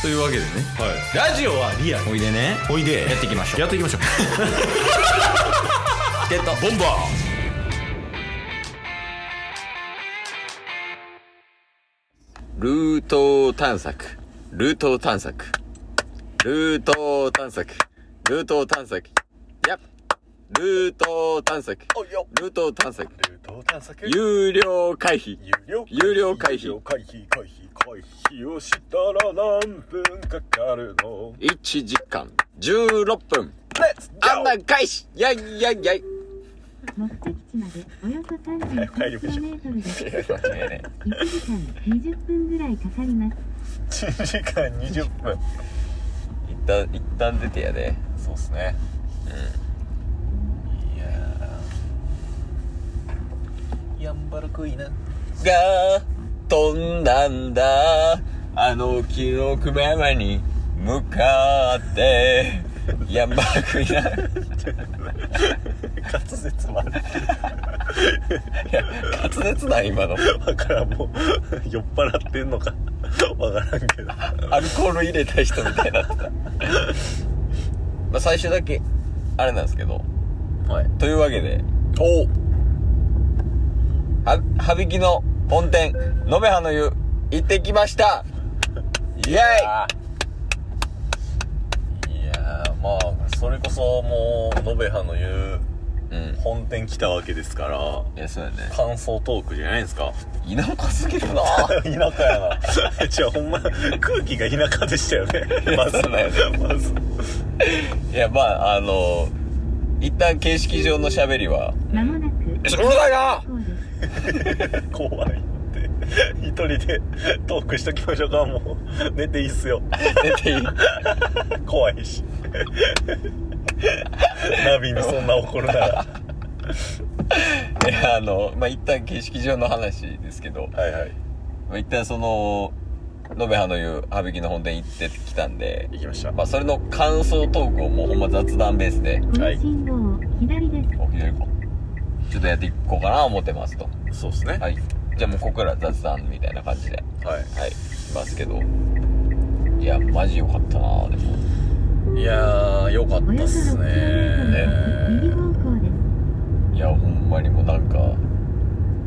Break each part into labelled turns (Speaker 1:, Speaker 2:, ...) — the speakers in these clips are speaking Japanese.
Speaker 1: というわけでね
Speaker 2: はい、ラジオはリアル
Speaker 1: おいでね
Speaker 2: おいで
Speaker 1: やっていきましょう
Speaker 2: やっていきましょう
Speaker 1: ゲット
Speaker 2: ボンバ
Speaker 1: ルート探索ルート探索ルート探索ルート探索やっルート探索
Speaker 3: おいよ
Speaker 1: ルート探索
Speaker 3: ルート探索
Speaker 1: 有料回避
Speaker 3: 有料
Speaker 1: 有料回避
Speaker 3: 有料回避回避回避をしたら何分かかるの
Speaker 1: 1時間16分
Speaker 3: レッツ
Speaker 1: 案
Speaker 3: ゴー
Speaker 1: 内開始やいやいやい
Speaker 4: 目的地までおよそ
Speaker 3: 帰りましょう
Speaker 4: 380km です。
Speaker 1: 間違いない
Speaker 4: 1時間20分ぐらいかかります。
Speaker 3: 1時間20分
Speaker 1: 一旦一旦出てやで
Speaker 3: そうっすねうんいやーやんばるくいな
Speaker 1: が飛んだんだあの木の熊山に向かってやばくいな
Speaker 3: 滑舌まで
Speaker 1: 滑舌だ今の
Speaker 3: だからもう酔っ払ってんのかわからんけど
Speaker 1: アルコール入れた人みたいになってたまあ最初だけあれなんですけど
Speaker 3: はい
Speaker 1: というわけで
Speaker 3: お
Speaker 1: は羽引きの本店野辺葉の湯行ってきましたイエ
Speaker 3: いやーまあそれこそもう延べ葉の言う
Speaker 1: イうん
Speaker 3: 本店来たわけですから
Speaker 1: いやそうやね
Speaker 3: 感想トークじゃないですか
Speaker 1: 田舎すぎる な
Speaker 3: 田舎やなじゃあほんま空気が田舎でしたよねまず
Speaker 1: そうだよ
Speaker 3: まず
Speaker 1: いやまああの一旦形式上の喋りは
Speaker 4: まもなく
Speaker 1: うるさいな
Speaker 4: そうです。
Speaker 3: 怖いって一人でトークしときましょうかもう寝ていいっすよ
Speaker 1: 出ていい
Speaker 3: 怖いし ナビにそんな怒るな
Speaker 1: い
Speaker 3: ら
Speaker 1: やあのまあ一旦形式上の話ですけど、
Speaker 3: はいはい
Speaker 1: まあ、一旦その延べ葉の湯羽引きの本店行ってきたんで
Speaker 3: 行きました
Speaker 1: まあそれの感想トークをもうほんま雑談ベースで
Speaker 4: こ
Speaker 3: は
Speaker 4: の
Speaker 3: い
Speaker 4: 信号を左です。
Speaker 1: お左行こうちょっとやっていこうかな思ってますと
Speaker 3: そうっすね
Speaker 1: はいじゃあもうここから雑談みたいな感じで
Speaker 3: はい
Speaker 1: はいいますけどいやマジ良かったなでも
Speaker 3: いやーよかっ
Speaker 4: お
Speaker 3: た
Speaker 4: よ
Speaker 3: っ
Speaker 4: そ
Speaker 3: す
Speaker 4: 6km 右
Speaker 3: ね
Speaker 4: 方向です。
Speaker 1: いやほんまにもうなんか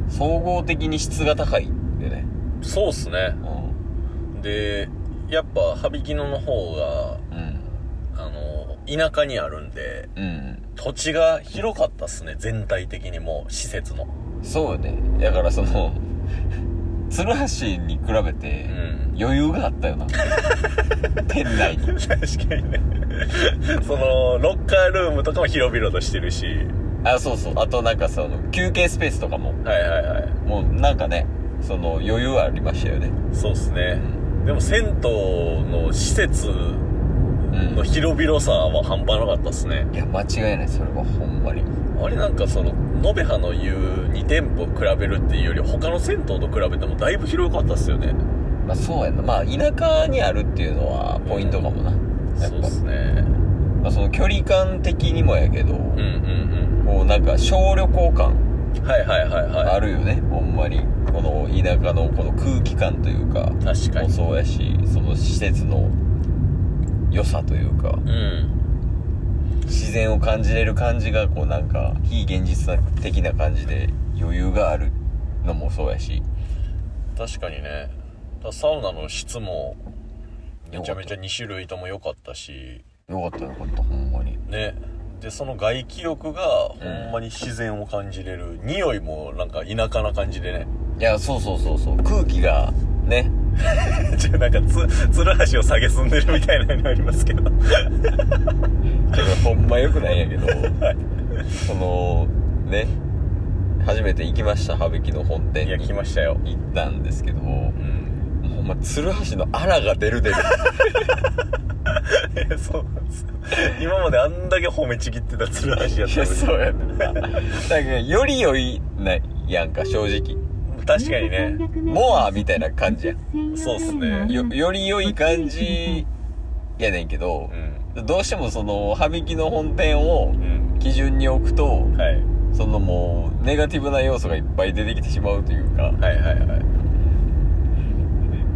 Speaker 1: 総合的に質が高いんでね
Speaker 3: そうっすね
Speaker 1: う
Speaker 3: でやっぱ羽曳野の方が
Speaker 1: んうん
Speaker 3: あの田舎にあるんで
Speaker 1: うん
Speaker 3: 土地が広かったっすね全体的にもう施設の
Speaker 1: そうよねだからその鶴橋に比べ
Speaker 3: う
Speaker 1: て
Speaker 3: ん
Speaker 1: 余裕があったよな店内に
Speaker 3: 確かにねそのロッカールームとかも広々としてるし
Speaker 1: あそうそうあとなんかその休憩スペースとかも
Speaker 3: はいはいはい
Speaker 1: もうなんかねその余裕ありましたよね
Speaker 3: そうっすねでも銭湯の施設
Speaker 1: うん
Speaker 3: の広々さは半端なかったっすね
Speaker 1: いや間違いないそれはほんまに
Speaker 3: あれなんかその延べ葉の言う2店舗比べるっていうより他の銭湯と比べてもだいぶ広かったっすよね
Speaker 1: まあそうやなまあ田舎にあるっていうのはポイントかもなやっ
Speaker 3: そうっ
Speaker 1: ぱ、
Speaker 3: すね
Speaker 1: まあ、その距離感的にもやけど、
Speaker 3: うんうん
Speaker 1: こうなんか小旅行感
Speaker 3: うんはいはいはいは
Speaker 1: あるよね、ほんまにこの田舎のこの空気感というか
Speaker 3: い確か
Speaker 1: も
Speaker 3: に
Speaker 1: そうやしその施設の良さというか
Speaker 3: うん
Speaker 1: 自然を感じれる感じがこうなんか非現実的な感じで余裕があるのもそうやし
Speaker 3: 確かにねだからサウナの質もめちゃめちゃ2種類とも良かったし
Speaker 1: よかったよかったほんまに
Speaker 3: ねでその外気浴がほんまに自然を感じれる、匂いもなんか田舎な感じでね
Speaker 1: いやそうそうそうそう空気がね
Speaker 3: ちょなんかつつるはしを下げすんでるみたいなのありますけど
Speaker 1: けどほんまよくないんやけ どそのね初めて行きました羽曳の本店
Speaker 3: いや
Speaker 1: に
Speaker 3: 来ましたよ
Speaker 1: 行ったんですけど
Speaker 3: うん
Speaker 1: ほんま鶴橋のあらが出る出る
Speaker 3: いや そうなんですよ今まであんだけ褒めちぎってたつるはしやっ
Speaker 1: い
Speaker 3: た
Speaker 1: や
Speaker 3: のに
Speaker 1: そうやねん なだからより良いないやんか正直
Speaker 3: 確かにね
Speaker 1: モアみたいな感じや
Speaker 3: そうっすね
Speaker 1: よより良い感じやねんけど
Speaker 3: う、ん
Speaker 1: どうしてもその羽曳の本店を
Speaker 3: うん
Speaker 1: 基準に置くと
Speaker 3: はい
Speaker 1: そのもうネガティブな要素がいっぱい出てきてしまうというか
Speaker 3: はいはいはい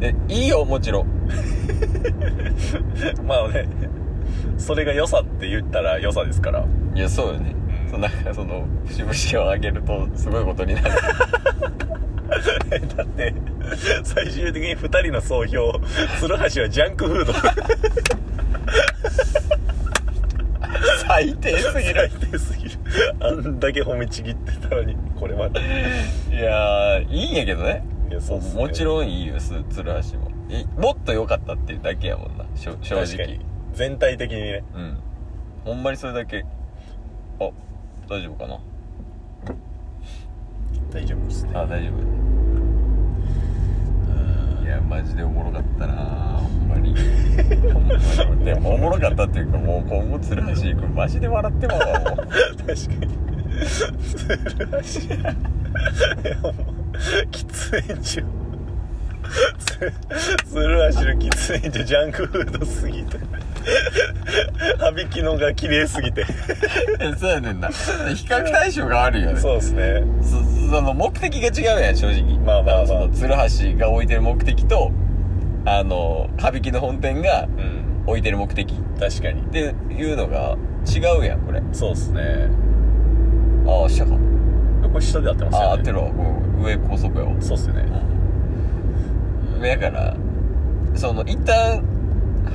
Speaker 1: でいいよもちろん
Speaker 3: まあねそれが良さって言ったら良さですから
Speaker 1: いやそうよね、
Speaker 3: うん
Speaker 1: そのなんかその節々を上げるとすごいことになる
Speaker 3: だって最終的に2人の総評鶴橋はジャンクフード
Speaker 1: 最低すぎる
Speaker 3: 低すぎるあんだけ褒めちぎってたのにこれまで
Speaker 1: いやーいいんやけどね
Speaker 3: いやそうっすね
Speaker 1: もちろんいいよす鶴橋もいもっと良かったっていうだけやもんなしょ正直
Speaker 3: 確かに全体的にね
Speaker 1: うんほんまにそれだけあ大丈夫かな
Speaker 3: 大丈夫ですね
Speaker 1: あ大丈夫いやマジでおもろかったなほんまにほんまにでもおもろかったっていうかもう今後鶴橋行くんマジで笑ってまうわもう
Speaker 3: 確かに鶴橋いやもう喫煙所つ鶴橋の喫煙所ジャンクフードすぎてはびきのが綺麗すぎて
Speaker 1: え そうやねんな比較対象があるよね
Speaker 3: そうですね
Speaker 1: そその目的が違うやん正直
Speaker 3: まあまあまあ
Speaker 1: その鶴橋が置いてる目的とあの羽引きの本店が
Speaker 3: うん
Speaker 1: 置いてる目的っ
Speaker 3: 確かに
Speaker 1: ていうのが違うやんこれ
Speaker 3: そうですね
Speaker 1: ああ下か
Speaker 3: これ下で合ってますよね
Speaker 1: ああ合ってるわごめんごめん上高速やわ
Speaker 3: そうっすよね
Speaker 1: うんだからその一旦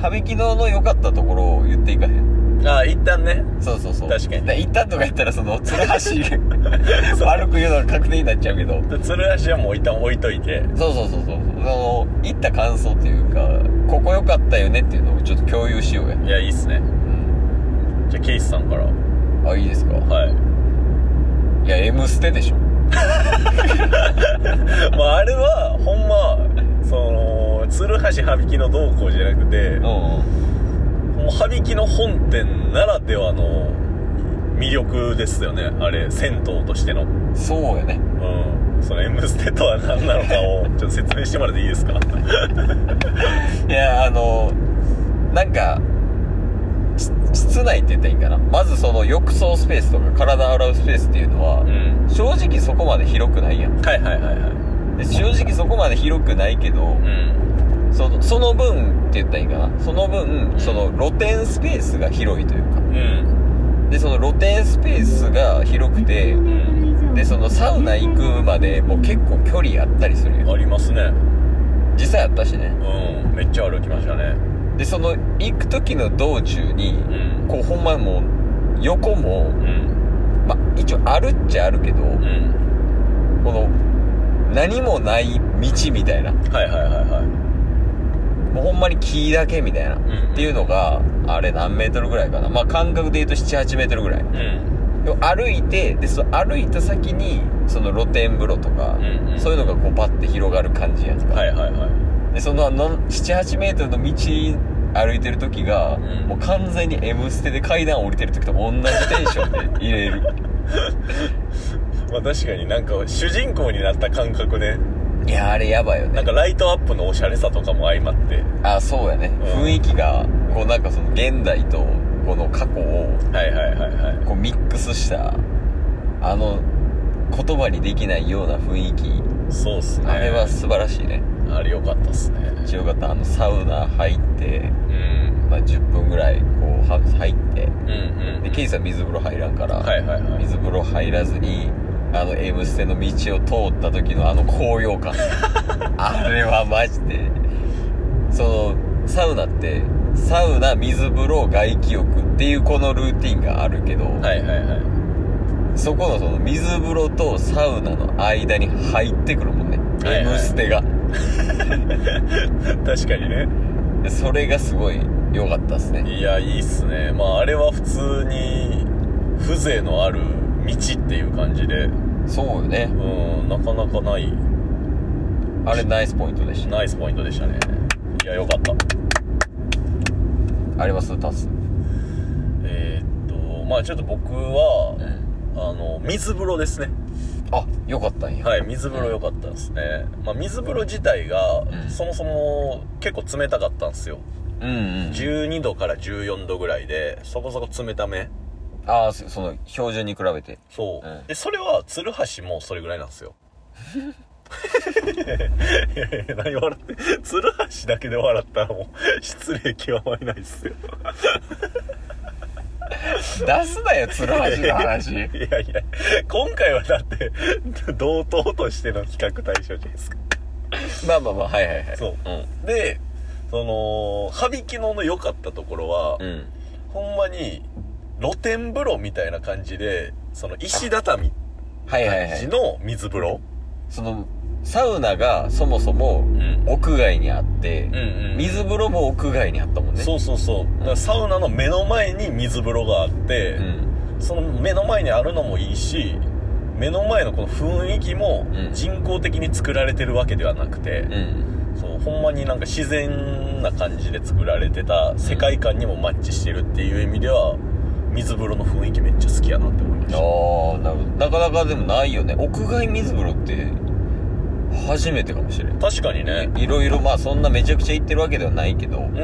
Speaker 1: 羽引きのの良かったところを言っていかへん
Speaker 3: ああ一旦ね
Speaker 1: そうそうそう
Speaker 3: 確かに
Speaker 1: だら一旦とか言ったらそ の鶴橋が悪く言うのが確定になっちゃうけど
Speaker 3: で鶴橋はもう一旦置いといて
Speaker 1: そうそうそうそうその行った感想というかここ良かったよねっていうのをちょっと共有しようや、
Speaker 3: いやいいっすね
Speaker 1: うん、
Speaker 3: じゃあケイスさんから
Speaker 1: あいいですか
Speaker 3: はい
Speaker 1: いや「M ステ」でしょ
Speaker 3: まあ、あれはほんまその鶴橋羽曳の動向じゃなくても
Speaker 1: ん
Speaker 3: う羽曳の本店ならではの魅力ですよねあれ銭湯としてのうん
Speaker 1: そうやね
Speaker 3: その「M ステ」とは何なのか をちょっと説明してもらっていいですか
Speaker 1: いやあのなんかし室内って言ったらいいんかなまずその浴槽スペースとか体洗うスペースっていうのは、
Speaker 3: ん
Speaker 1: 正直そこまで広くないやん
Speaker 3: はいはいはいはい
Speaker 1: で正直そこまで広くないけど
Speaker 3: う、ん
Speaker 1: そのその分って言ったらいいんかなその分、その露天スペースが広いというか
Speaker 3: うん
Speaker 1: でその露天スペースが広くてでそのサウナ行くまでもう結構距離あったりするよ
Speaker 3: ありますね
Speaker 1: 実際あったしね
Speaker 3: うんめっちゃ歩きましたね
Speaker 1: でその行く時の道中に
Speaker 3: うん
Speaker 1: こうほんまもう横も
Speaker 3: うん
Speaker 1: まあ一応あるっちゃあるけど
Speaker 3: うん
Speaker 1: この何もない道みたいなも
Speaker 3: はいはいはいはいう
Speaker 1: ほんまに木だけみたいな
Speaker 3: うん
Speaker 1: っていうのがあれ何メートルぐらいかなまあ間隔で言うと78メートルぐらい
Speaker 3: うん
Speaker 1: でも歩いてでその歩いた先にその露天風呂とか、
Speaker 3: うんうん
Speaker 1: そういうのがこうパッて広がる感じやんか、
Speaker 3: はいはいはい
Speaker 1: でそのの78メートルの道歩いてる時が、
Speaker 3: ん
Speaker 1: もう完全に「M ステ」で階段降りてる時と同じテンションで入れ る
Speaker 3: まあ確かになんか主人公になった感覚ね
Speaker 1: いやあれやばいよ
Speaker 3: な
Speaker 1: ね
Speaker 3: んかライトアップのおしゃれさとかも相まって
Speaker 1: あそうやね、
Speaker 3: うん
Speaker 1: 雰囲気がこうなんかその現代とこの過去を
Speaker 3: はいはいはいはい
Speaker 1: こうミックスしたあの言葉にできないような雰囲気
Speaker 3: そうっすね
Speaker 1: あれは素晴らしいね
Speaker 3: あれ良かったっすね
Speaker 1: 一応よかったあのサウナ入って
Speaker 3: うん
Speaker 1: まあ、10分ぐらいこうは入って
Speaker 3: うんうん
Speaker 1: でケイさん水風呂入らんから、
Speaker 3: はいはいはい
Speaker 1: 水風呂入らずにあの「M ステ」の道を通った時のあの高揚 感あれはマジでそのサウナってサウナ水風呂外気浴っていうこのルーティンがあるけど、
Speaker 3: はいはいはい
Speaker 1: そこのその水風呂とサウナの間に入ってくるもんね「
Speaker 3: はいはい
Speaker 1: M ステが」
Speaker 3: 確かにね
Speaker 1: でそれがすごい良かったっすね
Speaker 3: いやいいっすねまああれは普通に風情のある道っていう感じで
Speaker 1: そうよね
Speaker 3: うんなかなかない
Speaker 1: あれナイスポイントでした
Speaker 3: ナイスポイントでしたねいや良かった
Speaker 1: ありますタス
Speaker 3: えー、っとまあちょっと僕は、あの水風呂ですね
Speaker 1: あよかったんや、
Speaker 3: はい、水風呂良かったですね。まあ、水風呂自体が、
Speaker 1: ん
Speaker 3: そもそも結構冷たかったんですよ。
Speaker 1: うんうん
Speaker 3: 12度から14度ぐらいで、そこそこ冷ため。
Speaker 1: ああそその標準に比べて
Speaker 3: そう。
Speaker 1: うん
Speaker 3: で、それは、鶴橋もそれぐらいなんですよ。 何笑って鶴橋だけで笑ったらもう失礼極まりないっすよ
Speaker 1: 出すなよ、鶴橋の話。
Speaker 3: いやいや今回はだって同等としての比較対象じゃないですか
Speaker 1: まあまあまあ、はいはいはい。
Speaker 3: そう
Speaker 1: うん。
Speaker 3: でその羽曳野の良かったところは、
Speaker 1: うん。
Speaker 3: ほんまに露天風呂みたいな感じでその石畳
Speaker 1: はいはいは
Speaker 3: 感じ
Speaker 1: い。
Speaker 3: の水風呂、
Speaker 1: その、サウナがそもそも
Speaker 3: ん
Speaker 1: 屋外にあって、
Speaker 3: んうん
Speaker 1: 水風呂も屋外にあったもんね。
Speaker 3: そうそうそうだからサウナの目の前に水風呂があって、
Speaker 1: うん。
Speaker 3: その目の前にあるのもいいし目の前のこの雰囲気も
Speaker 1: うん
Speaker 3: 人工的に作られてるわけではなくて
Speaker 1: う、ん。
Speaker 3: そうほんまになんか自然な感じで作られてた世界観にもマッチしてるっていう意味では水風呂の雰囲気めっちゃ好きやなって思いま
Speaker 1: あ
Speaker 3: し
Speaker 1: あ、なるほど。なかなかでもないよね。屋外水風呂って、初めてかもしれん。
Speaker 3: た確かにね
Speaker 1: いろいろまあそんなめちゃくちゃ行ってるわけではないけど、
Speaker 3: うんうん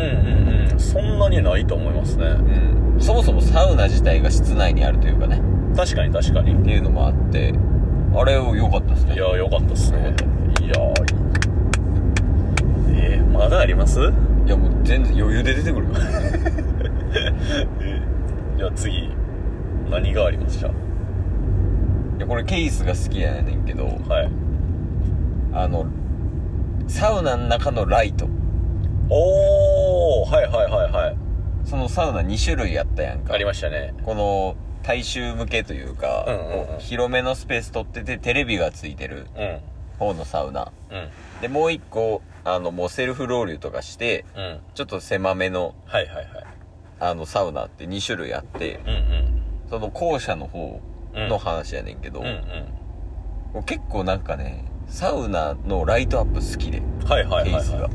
Speaker 3: うんそんなにないと思いますね
Speaker 1: うん、そもそもサウナ自体が室内にあるというかね
Speaker 3: 確かに確かに
Speaker 1: っていうのもあってあれを良かったですね
Speaker 3: いやーよかったっすねいやーえー、まだあります
Speaker 1: いやもう全然余裕で出てくるよ
Speaker 3: じゃあ次何がありました
Speaker 1: いやこれケースが好きやねんけど
Speaker 3: はい
Speaker 1: あのサウナの中のライト
Speaker 3: おおはいはいはいはい
Speaker 1: そのサウナ2種類あったやんか
Speaker 3: ありましたね
Speaker 1: この大衆向けというか、
Speaker 3: うんうんうん
Speaker 1: こう広めのスペース取っててテレビがついてる
Speaker 3: うん
Speaker 1: 方のサウナ
Speaker 3: うん
Speaker 1: でもう一個あのもうセルフロウリュとかして
Speaker 3: うん
Speaker 1: ちょっと狭めの
Speaker 3: はいはいはい
Speaker 1: あのサウナって2種類あって
Speaker 3: うんうん
Speaker 1: その後者の方の話やねんけど、
Speaker 3: うんう
Speaker 1: もう結構なんかねサウナのライトアップ好きで
Speaker 3: んはいはいはい、
Speaker 1: ケース
Speaker 3: は
Speaker 1: が
Speaker 3: い、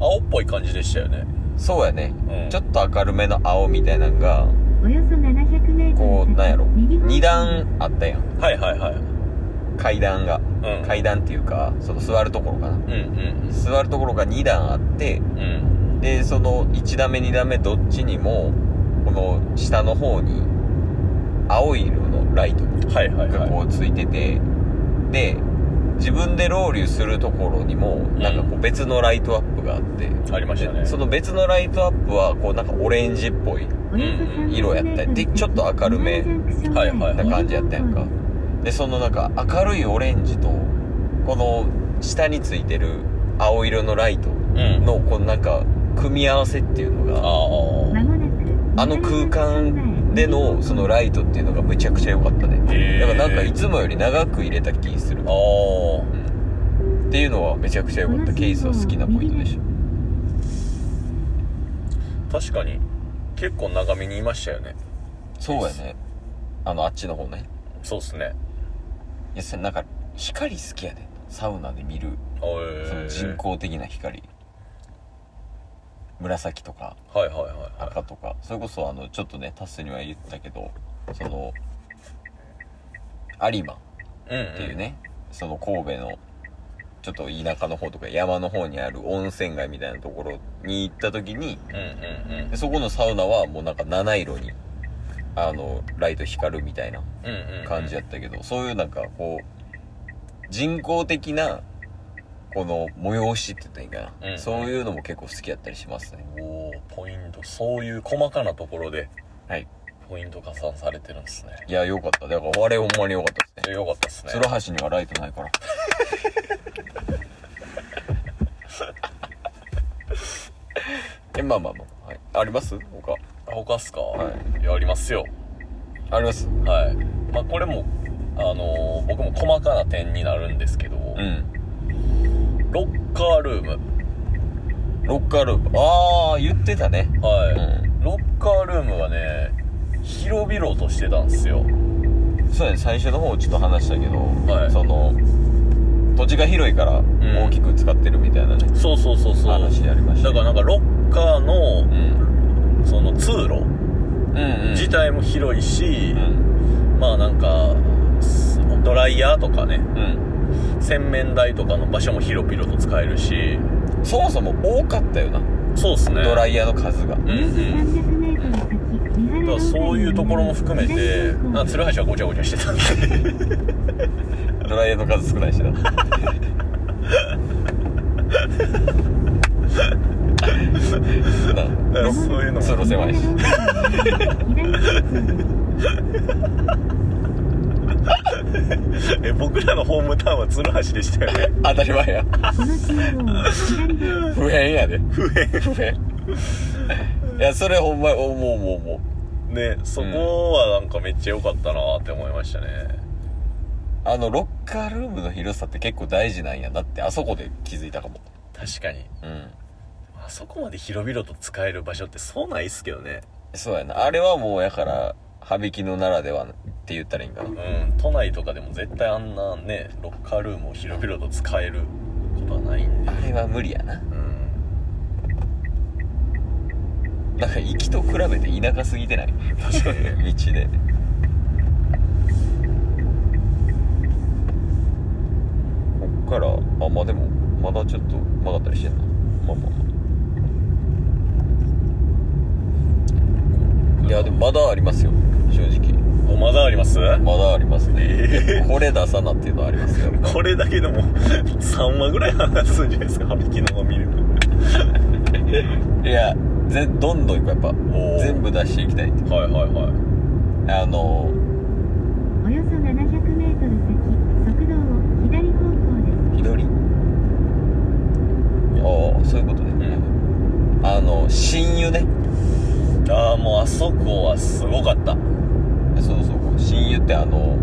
Speaker 3: 青っぽい感じでしたよね
Speaker 1: そうやね、
Speaker 3: うん
Speaker 1: ちょっと明るめの青みたいなのが
Speaker 4: およそ700メートル
Speaker 1: こうなんやろ
Speaker 4: 右方向
Speaker 1: 2段あったやん
Speaker 3: はいはいはい
Speaker 1: 階段が、
Speaker 3: うん
Speaker 1: 階段っていうかその座るところかな
Speaker 3: うんうん
Speaker 1: 座るところが2段あって
Speaker 3: うんうん
Speaker 1: でその1段目2段目どっちにもこの下の方に青い色のライト
Speaker 3: はいはい
Speaker 1: が
Speaker 3: は
Speaker 1: こうついてて、で自分でロウリュするところにもなんかこう別のライトアップがあって、
Speaker 3: いありましたね
Speaker 1: その別のライトアップはこうなんかオレンジっぽい
Speaker 4: およそ300メートル
Speaker 1: 色やったりでちょっと明るめ
Speaker 3: はいはい
Speaker 1: な感じやったやんかでそのなんか明るいオレンジとこの下についてる青色のライト
Speaker 3: うん
Speaker 1: のこのなんか組み合わせっていうのが
Speaker 3: ああ
Speaker 1: あの空間でのそのライトっていうのがむちゃくちゃ良かった
Speaker 3: へ
Speaker 1: ね
Speaker 3: ー
Speaker 1: だからなんかいつもより長く入れた気する
Speaker 3: ああ
Speaker 1: うんっていうのはめちゃくちゃ良かったケースは好きなポイントでした
Speaker 3: 確かに結構長めにいましたよね
Speaker 1: そうやねあのあっちの方ね
Speaker 3: そうっすね
Speaker 1: いやさなんか光好きやねサウナで見る
Speaker 3: お
Speaker 1: その
Speaker 3: え
Speaker 1: 人工的な光紫とか
Speaker 3: はいはいはいはい
Speaker 1: 赤とかそれこそあのちょっとねタスには言ったけどその有馬っ
Speaker 3: うんん
Speaker 1: ていうね、その神戸のちょっと田舎の方とか山の方にある温泉街みたいなところに行った時に
Speaker 3: うんうんうん
Speaker 1: でそこのサウナはもうなんか七色にあのライト光るみたいな
Speaker 3: うんうん
Speaker 1: 感じやったけど、そういうなんかこう人工的なこの催しって言ったらいいんかな、
Speaker 3: うん
Speaker 1: そういうのも結構好きやったりしますね
Speaker 3: おーポイントそういう細かなところで
Speaker 1: はい
Speaker 3: ポイント加算されてるんですね
Speaker 1: いやよかっただからあれほんまによかったですね
Speaker 3: でよかったっすね
Speaker 1: 鶴橋にはライトないから えまあまあまあ、はい、あります他
Speaker 3: 他っすか
Speaker 1: は
Speaker 3: はいやありますよ
Speaker 1: あります
Speaker 3: はいまあこれもあのー僕も細かな点になるんですけど、
Speaker 1: うん
Speaker 3: ロッカールーム
Speaker 1: ロッカールームああ言ってたね
Speaker 3: はい、ロッカールームはね広々としてたんですよ
Speaker 1: そうやね最初の方ちょっと話したけど、
Speaker 3: はい
Speaker 1: その土地が広いから大きく使ってるみたいなね、
Speaker 3: そうそうそうそう
Speaker 1: 話やりました
Speaker 3: だからなんかロッカーの、
Speaker 1: ん
Speaker 3: その通
Speaker 1: う
Speaker 3: 路
Speaker 1: ん
Speaker 3: 自体も広いし
Speaker 1: う、ん
Speaker 3: まあなんかすドライヤーとかね
Speaker 1: うん
Speaker 3: 洗面台とかの場所も広々と使えるし
Speaker 1: そもそも多かったよな、
Speaker 3: そうっすね
Speaker 1: ドライヤーの数が
Speaker 3: うんうんだからそういうところも含めてなんか鶴橋はごちゃごちゃしてたんで
Speaker 1: ドライヤーの数少ないしなな
Speaker 3: らそういうのも
Speaker 1: 通路狭 いし
Speaker 3: え僕らのホームタウンは鶴橋でしたよね
Speaker 1: 当たり前や
Speaker 4: 左
Speaker 1: 不変やで
Speaker 3: 不変
Speaker 1: 不変いやそれほんま思う思う思う
Speaker 3: ねそこはなんかめっちゃ良かったなって思いましたね
Speaker 1: あのロッカールームの広さって結構大事なんやなってあそこで気づいたかも
Speaker 3: 確かに
Speaker 1: うん
Speaker 3: あそこまで広々と使える場所ってそうないっすけどね
Speaker 1: そうやなあれはもうやから羽引きのならではって言ったらいいんかな
Speaker 3: うん都内とかでも絶対あんなねロッカールームを広々と使えることはないんで
Speaker 1: あれは無理やな
Speaker 3: うん
Speaker 1: なんか行きと比べて田舎すぎ てない
Speaker 3: 確かにね
Speaker 1: 道でこっからあまあでもまだちょっと曲がったりしてんなまあまあまあいやでもまだありますよ正直
Speaker 3: おまだあります
Speaker 1: まだあります
Speaker 3: え
Speaker 1: ねこれ出さなっていうのはありますよ
Speaker 3: これだけでも3話ぐらい話すんじゃないですか羽きのミルク
Speaker 1: いやぜどんどんいくやっぱ
Speaker 3: ー
Speaker 1: 全部出していきたいって
Speaker 3: はいはいはい
Speaker 1: あの
Speaker 4: およそ700メートル先、側道を左方向です。
Speaker 1: 左ああそういうことね、あの親友ね
Speaker 3: ああもうあそこはすごかった
Speaker 1: そうそう親友ってあの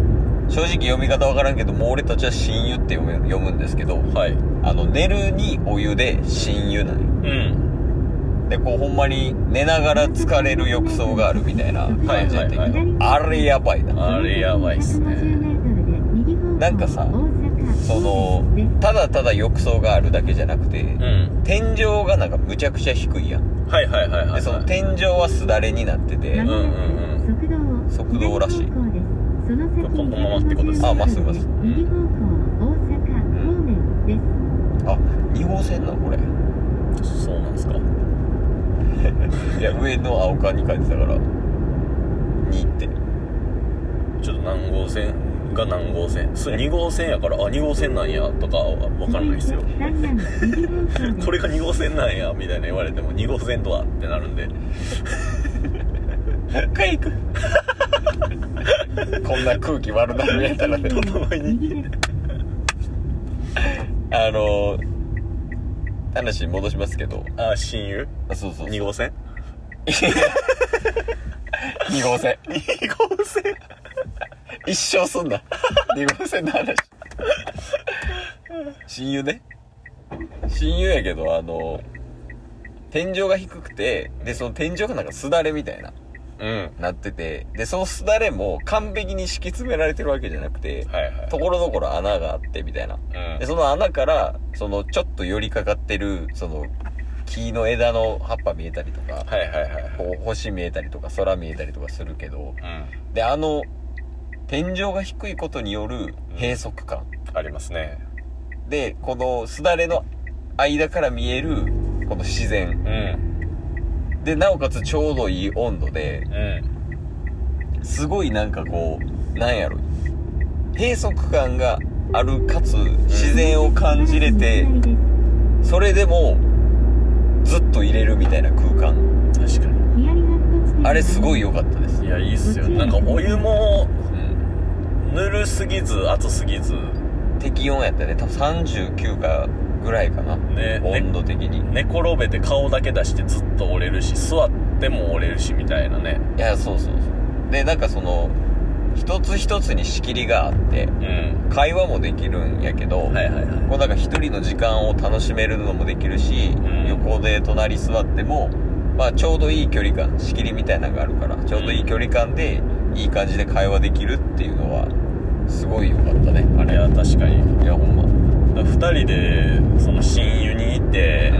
Speaker 1: 正直読み方わからんけどもう俺たちは親友って読む読むんですけど
Speaker 3: はい
Speaker 1: あの寝るにお湯で親友なんよ
Speaker 3: うん
Speaker 1: でこうほんまに寝ながら疲れる浴槽があるみたいな感じやったけど、
Speaker 3: はいはい
Speaker 4: はい
Speaker 1: あれやばいな
Speaker 3: あれやばいっすね
Speaker 1: なんかさそのただただ浴槽があるだけじゃなくて、
Speaker 3: うん
Speaker 1: 天井がなんかむちゃくちゃ低いやん
Speaker 3: はいはいはいはい、は
Speaker 1: で
Speaker 3: い、
Speaker 1: その天井はすだれになってて、
Speaker 4: うん
Speaker 3: うん
Speaker 4: うんうん。
Speaker 1: 側道らしい
Speaker 4: その先
Speaker 3: このままってことです
Speaker 1: あまっすぐまっすぐ
Speaker 4: 右方向大阪方面です。
Speaker 1: あ二号線なのこれ
Speaker 3: そうなんですか
Speaker 1: いや上の青缶に書いてたから2って
Speaker 3: ちょっと何号線が何号線それ2号線やからあ2号線なんやとかは分からないです よ
Speaker 4: 続いて 三男右方向です。
Speaker 3: これが2号線なんやみたいな言われても2号線とはってなるんで
Speaker 1: もう一回行く こんな空気悪なるんやったらね
Speaker 3: 前に
Speaker 4: 右です。
Speaker 1: あのー、話に戻しますけど
Speaker 3: あー親友
Speaker 1: あそうそうそう
Speaker 3: 2号線
Speaker 1: 二号線
Speaker 3: 2号線
Speaker 1: 一生すんな二号線の話親友ね親友やけどあの天井が低くてでその天井がなんかすだれみたいな
Speaker 3: うん
Speaker 1: なっててでそのすだれも完璧に敷き詰められてるわけじゃなくて
Speaker 3: はいはい
Speaker 1: ところどころ穴があってみたいな
Speaker 3: うん
Speaker 1: でその穴からそのちょっと寄りかかってるその木の枝の葉っぱ見えたりとか
Speaker 3: はいはいはいはい
Speaker 1: こう星見えたりとか空見えたりとかするけど
Speaker 3: うん
Speaker 1: であの天井が低いことによる閉塞感、
Speaker 3: ありますね
Speaker 1: でこのすだれの間から見えるこの自然
Speaker 3: うん
Speaker 1: でなおかつちょうどいい温度で
Speaker 3: うん
Speaker 1: すごいなんかこうなんやろ閉塞感があるかつ自然を感じれてそれでもずっと入れるみたいな空間
Speaker 3: 確かに
Speaker 1: あれすごい
Speaker 4: よ。
Speaker 1: 良かったです
Speaker 3: いやいいっすよなんかお湯も
Speaker 1: うん
Speaker 3: ぬるすぎず熱すぎず
Speaker 1: 適温やったね多分39かぐらいかな
Speaker 3: ね
Speaker 1: 温度的に
Speaker 3: 寝転べて顔だけ出してずっと折れるし座っても折れるしみたいなね
Speaker 1: いやそうそうそうでなんかその一つ一つに仕切りがあって
Speaker 3: うん
Speaker 1: 会話もできるんやけど、
Speaker 3: はいはいはい
Speaker 1: こうなんか一人の時間を楽しめるのもできるし、
Speaker 3: ん
Speaker 1: 横で隣座っても、まあ、ちょうどいい距離感仕切りみたいなのがあるからちょうどいい距離感でいい感じで会話できるっていうのはすごい良かったねあ
Speaker 3: あれは確かに
Speaker 1: いやほんま
Speaker 3: 2人でその親友にいて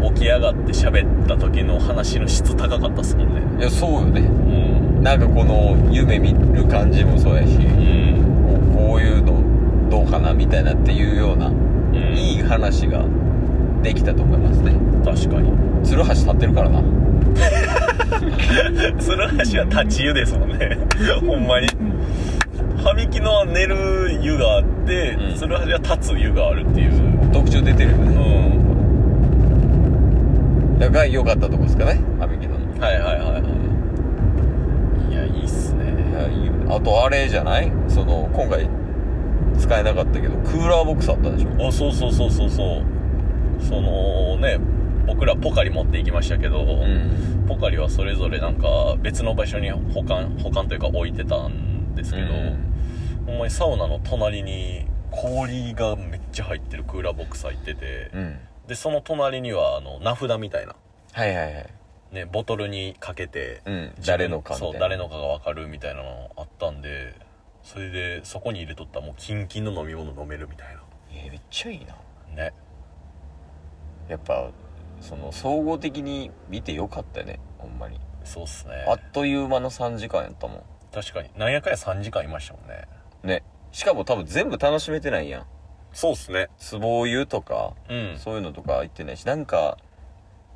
Speaker 1: う
Speaker 3: 起き上がって喋った時の話の質高かったっすもんね
Speaker 1: んいやそうよね
Speaker 3: うん
Speaker 1: なんかこの夢見る感じもそうやし
Speaker 3: うん
Speaker 1: こうこういうのどうかなみたいなっていうような
Speaker 3: うん
Speaker 1: いい話ができたと思いますね
Speaker 3: 確か に
Speaker 1: 鶴橋立ってるからな
Speaker 3: 鶴橋は立ち湯ですもんねほんまに羽曳野は寝る湯があって、
Speaker 1: うん
Speaker 3: 鶴橋は立つ湯があるっていう
Speaker 1: 特徴出てるよ
Speaker 3: う
Speaker 1: ね、
Speaker 3: ん
Speaker 1: だから良かったとこですかね羽曳野の
Speaker 3: はいはいはいはいいやいいっす
Speaker 1: い
Speaker 3: ね
Speaker 1: やいいよねあとあれじゃないその今回使えなかったけどクーラーボックスあったでしょ
Speaker 3: あそうそうそうそうそうそのね僕らポカリ持っていきましたけど、
Speaker 1: うん
Speaker 3: ポカリはそれぞれなんか別の場所に保管保管というか置いてたんですけど、
Speaker 1: うん
Speaker 3: ほんまにサウナの隣に氷がめっちゃ入ってるクーラーボックス入ってて、
Speaker 1: うん
Speaker 3: でその隣にはあの名札みたいな、
Speaker 1: はいはいはい
Speaker 3: ね、ボトルにかけて、
Speaker 1: うん誰のかみたい
Speaker 3: そ
Speaker 1: な
Speaker 3: う誰のかが分かるみたいなのあったんでそれでそこに入れとったらもうキンキンの飲み物飲めるみたい
Speaker 1: えーめっちゃいいな
Speaker 3: なね
Speaker 1: やっぱその総合的に見てよかったねほんまに
Speaker 3: そうっすね
Speaker 1: あっという間の3時間やったも
Speaker 3: 確かになんやかんや3時間いましたもんね
Speaker 1: んねしかも多分全部楽しめてないやん
Speaker 3: そうっすね
Speaker 1: 壺湯とか
Speaker 3: うん
Speaker 1: そういうのとか入ってないしなんか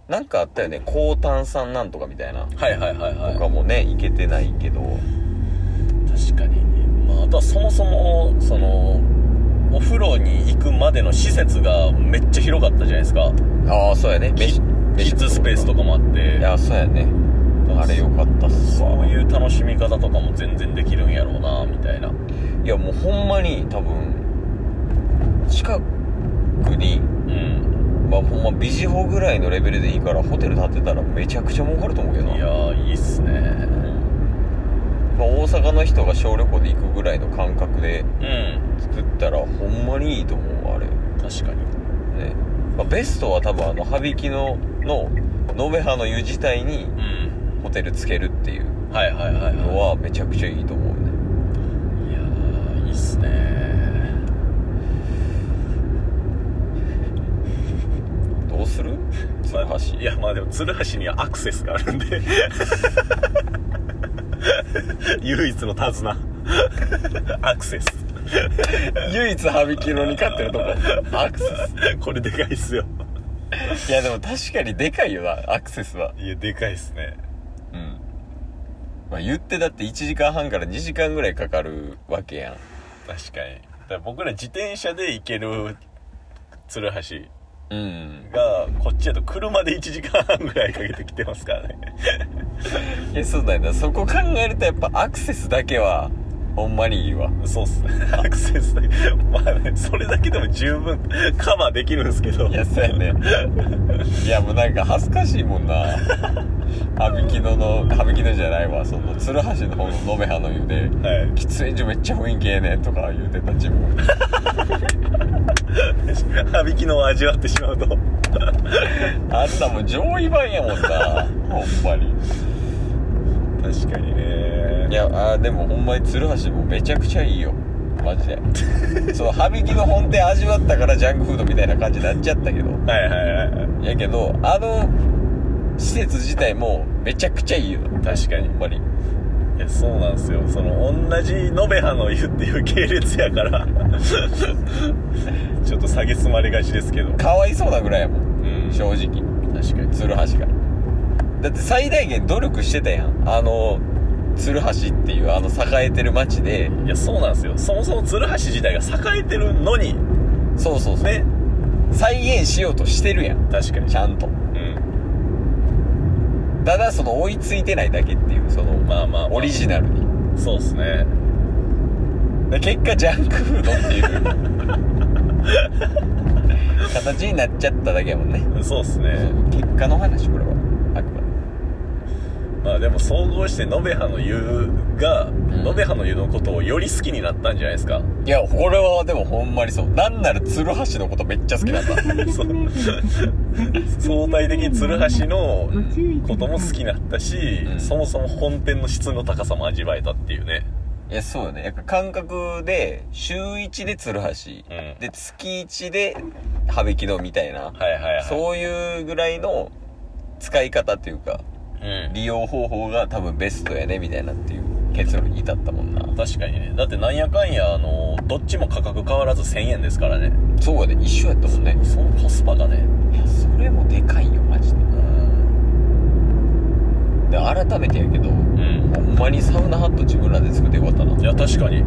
Speaker 1: なんかあったよね高炭酸なんとかみたいな
Speaker 3: はいはいはいはい
Speaker 1: とかもね行けてないけど
Speaker 3: 確かに、まあ、あとはそもそもそのお風呂に行くまでの施設がめっちゃ広かったじゃないですか
Speaker 1: ああそうやね
Speaker 3: キ
Speaker 1: 飯
Speaker 3: キッズスペースとかもあって
Speaker 1: いやそうやねあれよかったっすわ
Speaker 3: そういう楽しみ方とかも全然できるんやろうなみたいない
Speaker 1: やもうほんまに多分近くに
Speaker 3: うん
Speaker 1: まあほんまビジホぐらいのレベルでいいからホテル建てたらめちゃくちゃ儲かると思うけどない
Speaker 3: やーいいっすね
Speaker 1: まあ大阪の人が小旅行で行くぐらいの感覚で
Speaker 3: うん
Speaker 1: 作ったらほんまにいいと思うあれ
Speaker 3: 確かに
Speaker 1: ね、まあ、ベストは多分あの羽曳野の野辺葉の湯自体に
Speaker 3: うん
Speaker 1: ホテルつけるっていう
Speaker 3: はいはいはいはい
Speaker 1: のはめちゃくちゃいいと思うね
Speaker 3: いやーいいっすね
Speaker 1: どうする鶴
Speaker 3: まあ
Speaker 1: 橋
Speaker 3: いやまあでも鶴橋にはアクセスがあるんで 唯一の手綱 アクセス
Speaker 1: 唯一羽曳野に勝ってると こアクセ
Speaker 3: これでかいっすよ
Speaker 1: スいやでも確かにでかいよなアクセスはい
Speaker 3: やでかいっすね
Speaker 1: うんまあ言ってだって1時間半から2時間ぐらいかかるわけやん
Speaker 3: 確かにだから僕ら自転車で行ける鶴橋
Speaker 1: うん
Speaker 3: がこっちやと車で1時間半ぐらいかけてきてますからね
Speaker 1: いやそうだよなそこ考えるとやっぱアクセスだけはほんまにいいわ
Speaker 3: そうっすねアクセスだけまあねそれだけでも十分カバーできるんですけど
Speaker 1: いやそうやねいやもうなんか恥ずかしいもんな羽曳野の羽曳野じゃないわその鶴橋の方の延べ葉の湯で
Speaker 3: はい
Speaker 1: 喫煙所めっちゃ雰囲気ええねんとか言うてた自分
Speaker 3: 羽引きのを味わってしまうと
Speaker 1: あんたもう上位版やもんなほんまに
Speaker 3: 確かに
Speaker 1: い
Speaker 3: ね
Speaker 1: やあーでもほんまに鶴橋もめちゃくちゃいいよマジでその羽曳野本店味わったからジャンクフードみたいな感じになっちゃったけど
Speaker 3: はいはいはいはい
Speaker 1: やけどあの施設自体もめちゃくちゃいいよ
Speaker 3: 確かに
Speaker 1: ほんまに
Speaker 3: いやそうなんですよその同じ延べ葉の湯っていう系列やから ちょっと下げすまれがちですけど
Speaker 1: かわいそうなぐらいやもん
Speaker 3: うん
Speaker 1: 正直
Speaker 3: 確かに
Speaker 1: 鶴橋がだって最大限努力してたやんあの鶴橋っていうあの栄えてる町で
Speaker 3: いやそうなんですよそもそも鶴橋自体が栄えてるのに
Speaker 1: そうそうそう、
Speaker 3: ね
Speaker 1: 再現しようとしてるやん
Speaker 3: 確かに
Speaker 1: ちゃんと
Speaker 3: うん
Speaker 1: ただその追いついてないだけっていうその、
Speaker 3: まあまあ、まあ、
Speaker 1: オリジナルに
Speaker 3: そうっすね
Speaker 1: で結果ジャンクフードっていう形になっちゃっただけやもんね
Speaker 3: そうっすね
Speaker 1: 結果の話これはあくまで
Speaker 3: まあでも総合して延べ葉の湯が
Speaker 1: ん
Speaker 3: 延べ葉の湯のことをより好きになったんじゃないですか
Speaker 1: いやこれはでもほんまにそうなんなら鶴橋のことめっちゃ好き なんだった
Speaker 3: そう相
Speaker 4: 相
Speaker 3: 対的
Speaker 4: 対的
Speaker 3: に
Speaker 4: に
Speaker 3: 鶴
Speaker 4: 鶴
Speaker 3: 橋
Speaker 4: 橋の
Speaker 3: の
Speaker 4: ご注意くださ
Speaker 3: こ
Speaker 4: い
Speaker 3: とも好きになったし、
Speaker 1: うん
Speaker 3: そもそも本店の質の高さも味わえたっていうね
Speaker 1: いや、そうよね。やっぱ感覚で、週1で鶴橋、
Speaker 3: うん
Speaker 1: で、月1で羽曳野みたいな、
Speaker 3: はいはいはい
Speaker 1: そういうぐらいの使い方っていうか、
Speaker 3: うん
Speaker 1: 利用方法が多分ベストやね、みたいなっていう結論に至ったもんな。
Speaker 3: 確かにねだってなんやかんやあのどっちも価格変わらず1000円ですからね
Speaker 1: そうやね。一緒やったもんね。
Speaker 3: そのコスパがね
Speaker 1: いや、それもでかいよ、マジで。
Speaker 3: うん
Speaker 1: で、改めてやけど、ほ
Speaker 3: うん
Speaker 1: んまにサウナハット自分らで作ってよかったな。
Speaker 3: いや確かに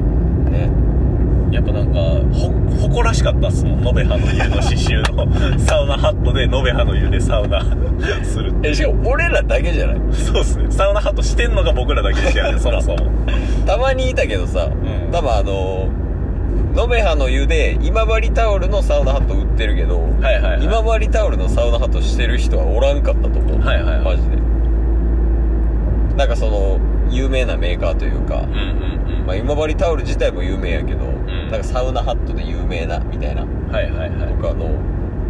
Speaker 3: かったっすもん野辺葉の湯の刺 繍のサウナハットで野辺葉の湯でサウナする
Speaker 1: えしかも俺らだけじゃない
Speaker 3: そうっすねサウナハットしてんのが僕らだけですよねそもそも
Speaker 1: たまにいたけどさ、
Speaker 3: ん
Speaker 1: 多分あの野辺葉の湯で今治タオルのサウナハット売ってるけど、
Speaker 3: はいはいはい
Speaker 1: 今治タオルのサウナハットしてる人はおらんかったと思う、
Speaker 3: はいはいはい
Speaker 1: マジでなんかその有名なメーカーというか、
Speaker 3: うんうんうん
Speaker 1: まあ、今治タオル自体も有名やけど、
Speaker 3: ん
Speaker 1: なんかサウナハットで有名なみたいな
Speaker 3: はいはいはい
Speaker 1: とかの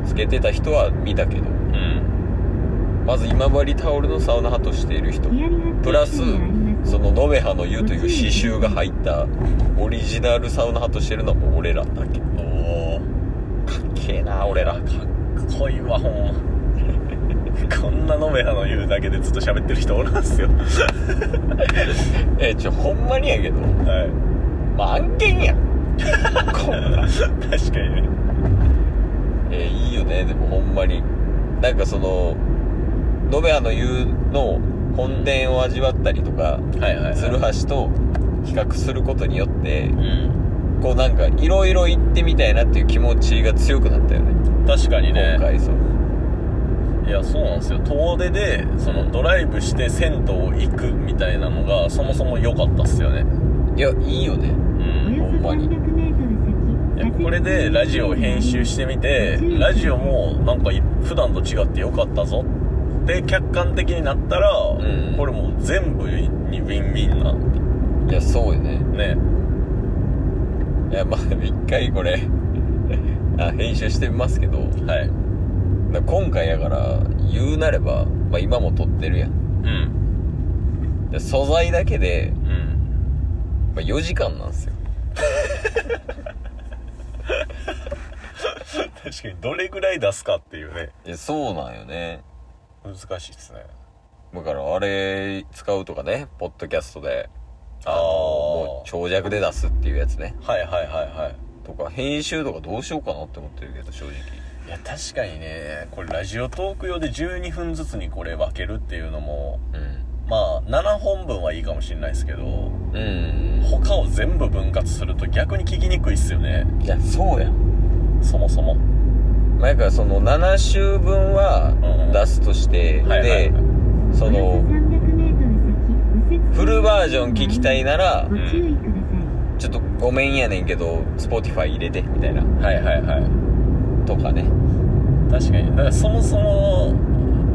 Speaker 1: つけてた人は見たけど
Speaker 3: うん
Speaker 1: まず今治タオルのサウナハットしている人
Speaker 4: ヒヤリハッ
Speaker 1: プラスそ
Speaker 4: の
Speaker 1: の延べ葉の湯という刺繍が入ったオリジナルサウナハットしてるのはもう俺らだけ
Speaker 3: おお
Speaker 1: かっけえな俺ら
Speaker 3: かっこいいわほんま こんな野辺葉の湯だけでずっと喋ってる人おらんすよ
Speaker 1: えちょほんまにやけど
Speaker 3: はい
Speaker 1: まあ案件やんこんな
Speaker 3: 確かにね
Speaker 1: えいいよねでもほんまになんかその延べ葉の湯の本店を味わったりとか
Speaker 3: はいはい、はい、
Speaker 1: 鶴橋と比較することによって
Speaker 3: うん
Speaker 1: こうなんかいろいろ行ってみたいなっていう気持ちが強くなったよね
Speaker 3: 確かにね
Speaker 1: 今回そう
Speaker 3: いやそうなんですよ遠出でそのドライブして銭湯行くみたいなのがそもそも良かったっすよね
Speaker 1: いやいいよね
Speaker 3: う
Speaker 4: およ
Speaker 3: ん
Speaker 4: そ
Speaker 1: ほんまに
Speaker 4: 300メー
Speaker 3: い
Speaker 4: トル
Speaker 3: や
Speaker 4: 先
Speaker 3: これでラジオを編集してみてラジオもなんかい普段と違って良かったぞって客観的になったら、
Speaker 1: ん
Speaker 3: これもう全部にウィンウィンない
Speaker 1: やそうよね
Speaker 3: ね
Speaker 1: いやまあ一回これ あ編集してみますけど
Speaker 3: はい
Speaker 1: な今回やから言うなれば、まあ、今も撮ってるやん
Speaker 3: うん
Speaker 1: で素材だけで、
Speaker 3: うん
Speaker 1: まあ、4時間なんですよ
Speaker 3: 確かにどれぐらい出すかっていうね
Speaker 1: いやそうなんよね
Speaker 3: 難しいっすね
Speaker 1: だからあれ使うとかねポッドキャストであの
Speaker 3: あー
Speaker 1: もう長尺で出すっていうやつね
Speaker 3: はいはいはいはい
Speaker 1: とか編集とかどうしようかなって思ってるけど正直
Speaker 3: いや確かにねこれラジオトーク用で12分ずつにこれ分けるっていうのも
Speaker 1: う
Speaker 3: まあ7本分はいいかもしれないですけど
Speaker 1: んうん
Speaker 3: 他を全部分割すると逆に聞きにくいっすよね
Speaker 1: いやそうやん
Speaker 3: そもそも
Speaker 1: 前からその7週分は
Speaker 3: うん
Speaker 1: 出すとして、
Speaker 3: はいはいはい
Speaker 1: でそ
Speaker 4: およ
Speaker 1: の
Speaker 4: そ300メートル先右折
Speaker 1: フルバージョン聞きたいなら
Speaker 4: ご注意ください
Speaker 1: ちょっとごめんやねんけど Spotify 入れてみたいな
Speaker 3: はいはいはい
Speaker 1: とかね
Speaker 3: 確かにだからそもそも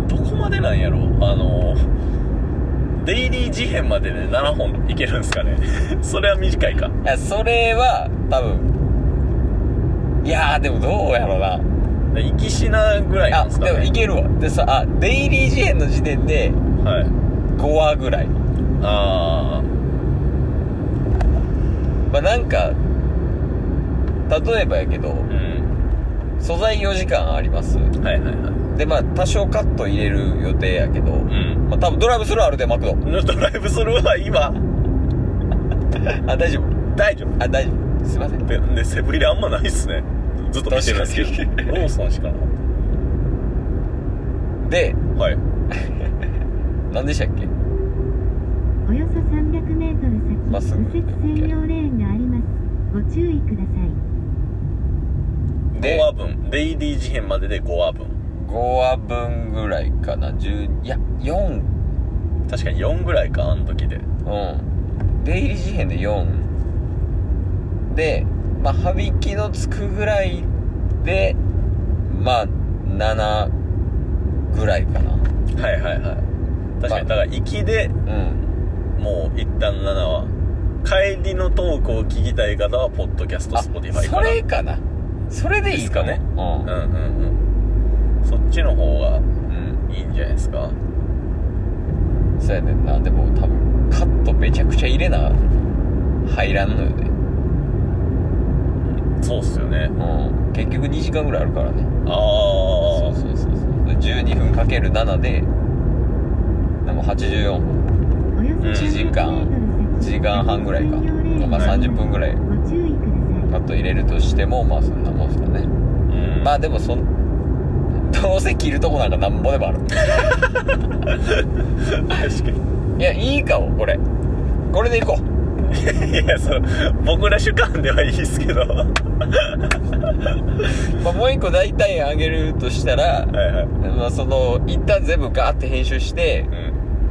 Speaker 3: どこまでなんやろあのデイリー事変までで、7本いけるんすかね それは短いか
Speaker 1: いやそれは多分いやーでもどうやろうな
Speaker 3: で行きしなぐらいな
Speaker 1: あ
Speaker 3: んすか
Speaker 1: で
Speaker 3: ね
Speaker 1: もいけるわでさあデイリー事変の時点で
Speaker 3: はい
Speaker 1: 5話ぐらい
Speaker 3: ああ
Speaker 1: まあなんか例えばやけど
Speaker 3: うん
Speaker 1: 素材4時間あります
Speaker 3: はいはいはい
Speaker 1: でまあ多少カット入れる予定やけど、
Speaker 3: うん
Speaker 1: まあ多分ドライブスルーあるでマクド
Speaker 3: ドライブするは今
Speaker 1: あ大丈夫
Speaker 3: 大丈夫
Speaker 1: あ大丈夫すいません
Speaker 3: ででセブン入れあんまないっすねずっと見てるんですけど
Speaker 1: 確かに
Speaker 3: ローソンしかなかっ
Speaker 1: で
Speaker 3: たはい
Speaker 1: 何でしたっけ
Speaker 4: およそ300メートル先
Speaker 1: まっすぐ
Speaker 4: 右折専用レーンがありますご注意ください
Speaker 1: で
Speaker 3: 5話分デイリー事変までで5話分
Speaker 1: 5話分ぐらいかな10いや4
Speaker 3: 確かに4ぐらいかあの時で
Speaker 1: うん出入り事変で4でまあはびきのつくぐらいでまあ7ぐらいかな
Speaker 3: はいはいはい確かにだから行きで
Speaker 1: うん
Speaker 3: もう一旦7話帰りのトークを聞きたい方はポッドキャスト
Speaker 1: あ
Speaker 3: スポティファイ
Speaker 1: そ
Speaker 3: から
Speaker 1: れかなそれでいいかも
Speaker 3: ですうん
Speaker 1: う
Speaker 3: うんうんそっちの方が
Speaker 1: ん、うん
Speaker 3: いいんじゃないですか
Speaker 1: そうやねんなでも多分カットめちゃくちゃ入れな入らんのよね
Speaker 3: そうっすよね
Speaker 1: うん結局2時間ぐらいあるからね
Speaker 3: あ
Speaker 1: そ
Speaker 3: あ
Speaker 1: うそうそうそう12分かける7ででも84分
Speaker 4: およそ
Speaker 3: うん
Speaker 4: 300
Speaker 1: 1時間1時間半ぐらいか、
Speaker 4: 専用レーン
Speaker 1: まあ、30分ぐらい
Speaker 4: ご注意くだ
Speaker 1: カッ
Speaker 4: さ
Speaker 1: ト入れるとしてもまあそんなもんすかね
Speaker 3: うん
Speaker 1: まあでもそんどうせ切るとこなんかなんぼでもある
Speaker 3: 確かに
Speaker 1: いやいいかもこれこれでいこう
Speaker 3: いやそう僕ら主観ではいいですけどはい
Speaker 1: まあ、もう一個大体あげるとしたら、
Speaker 3: はい
Speaker 1: まあ、その一旦全部ガーって編集して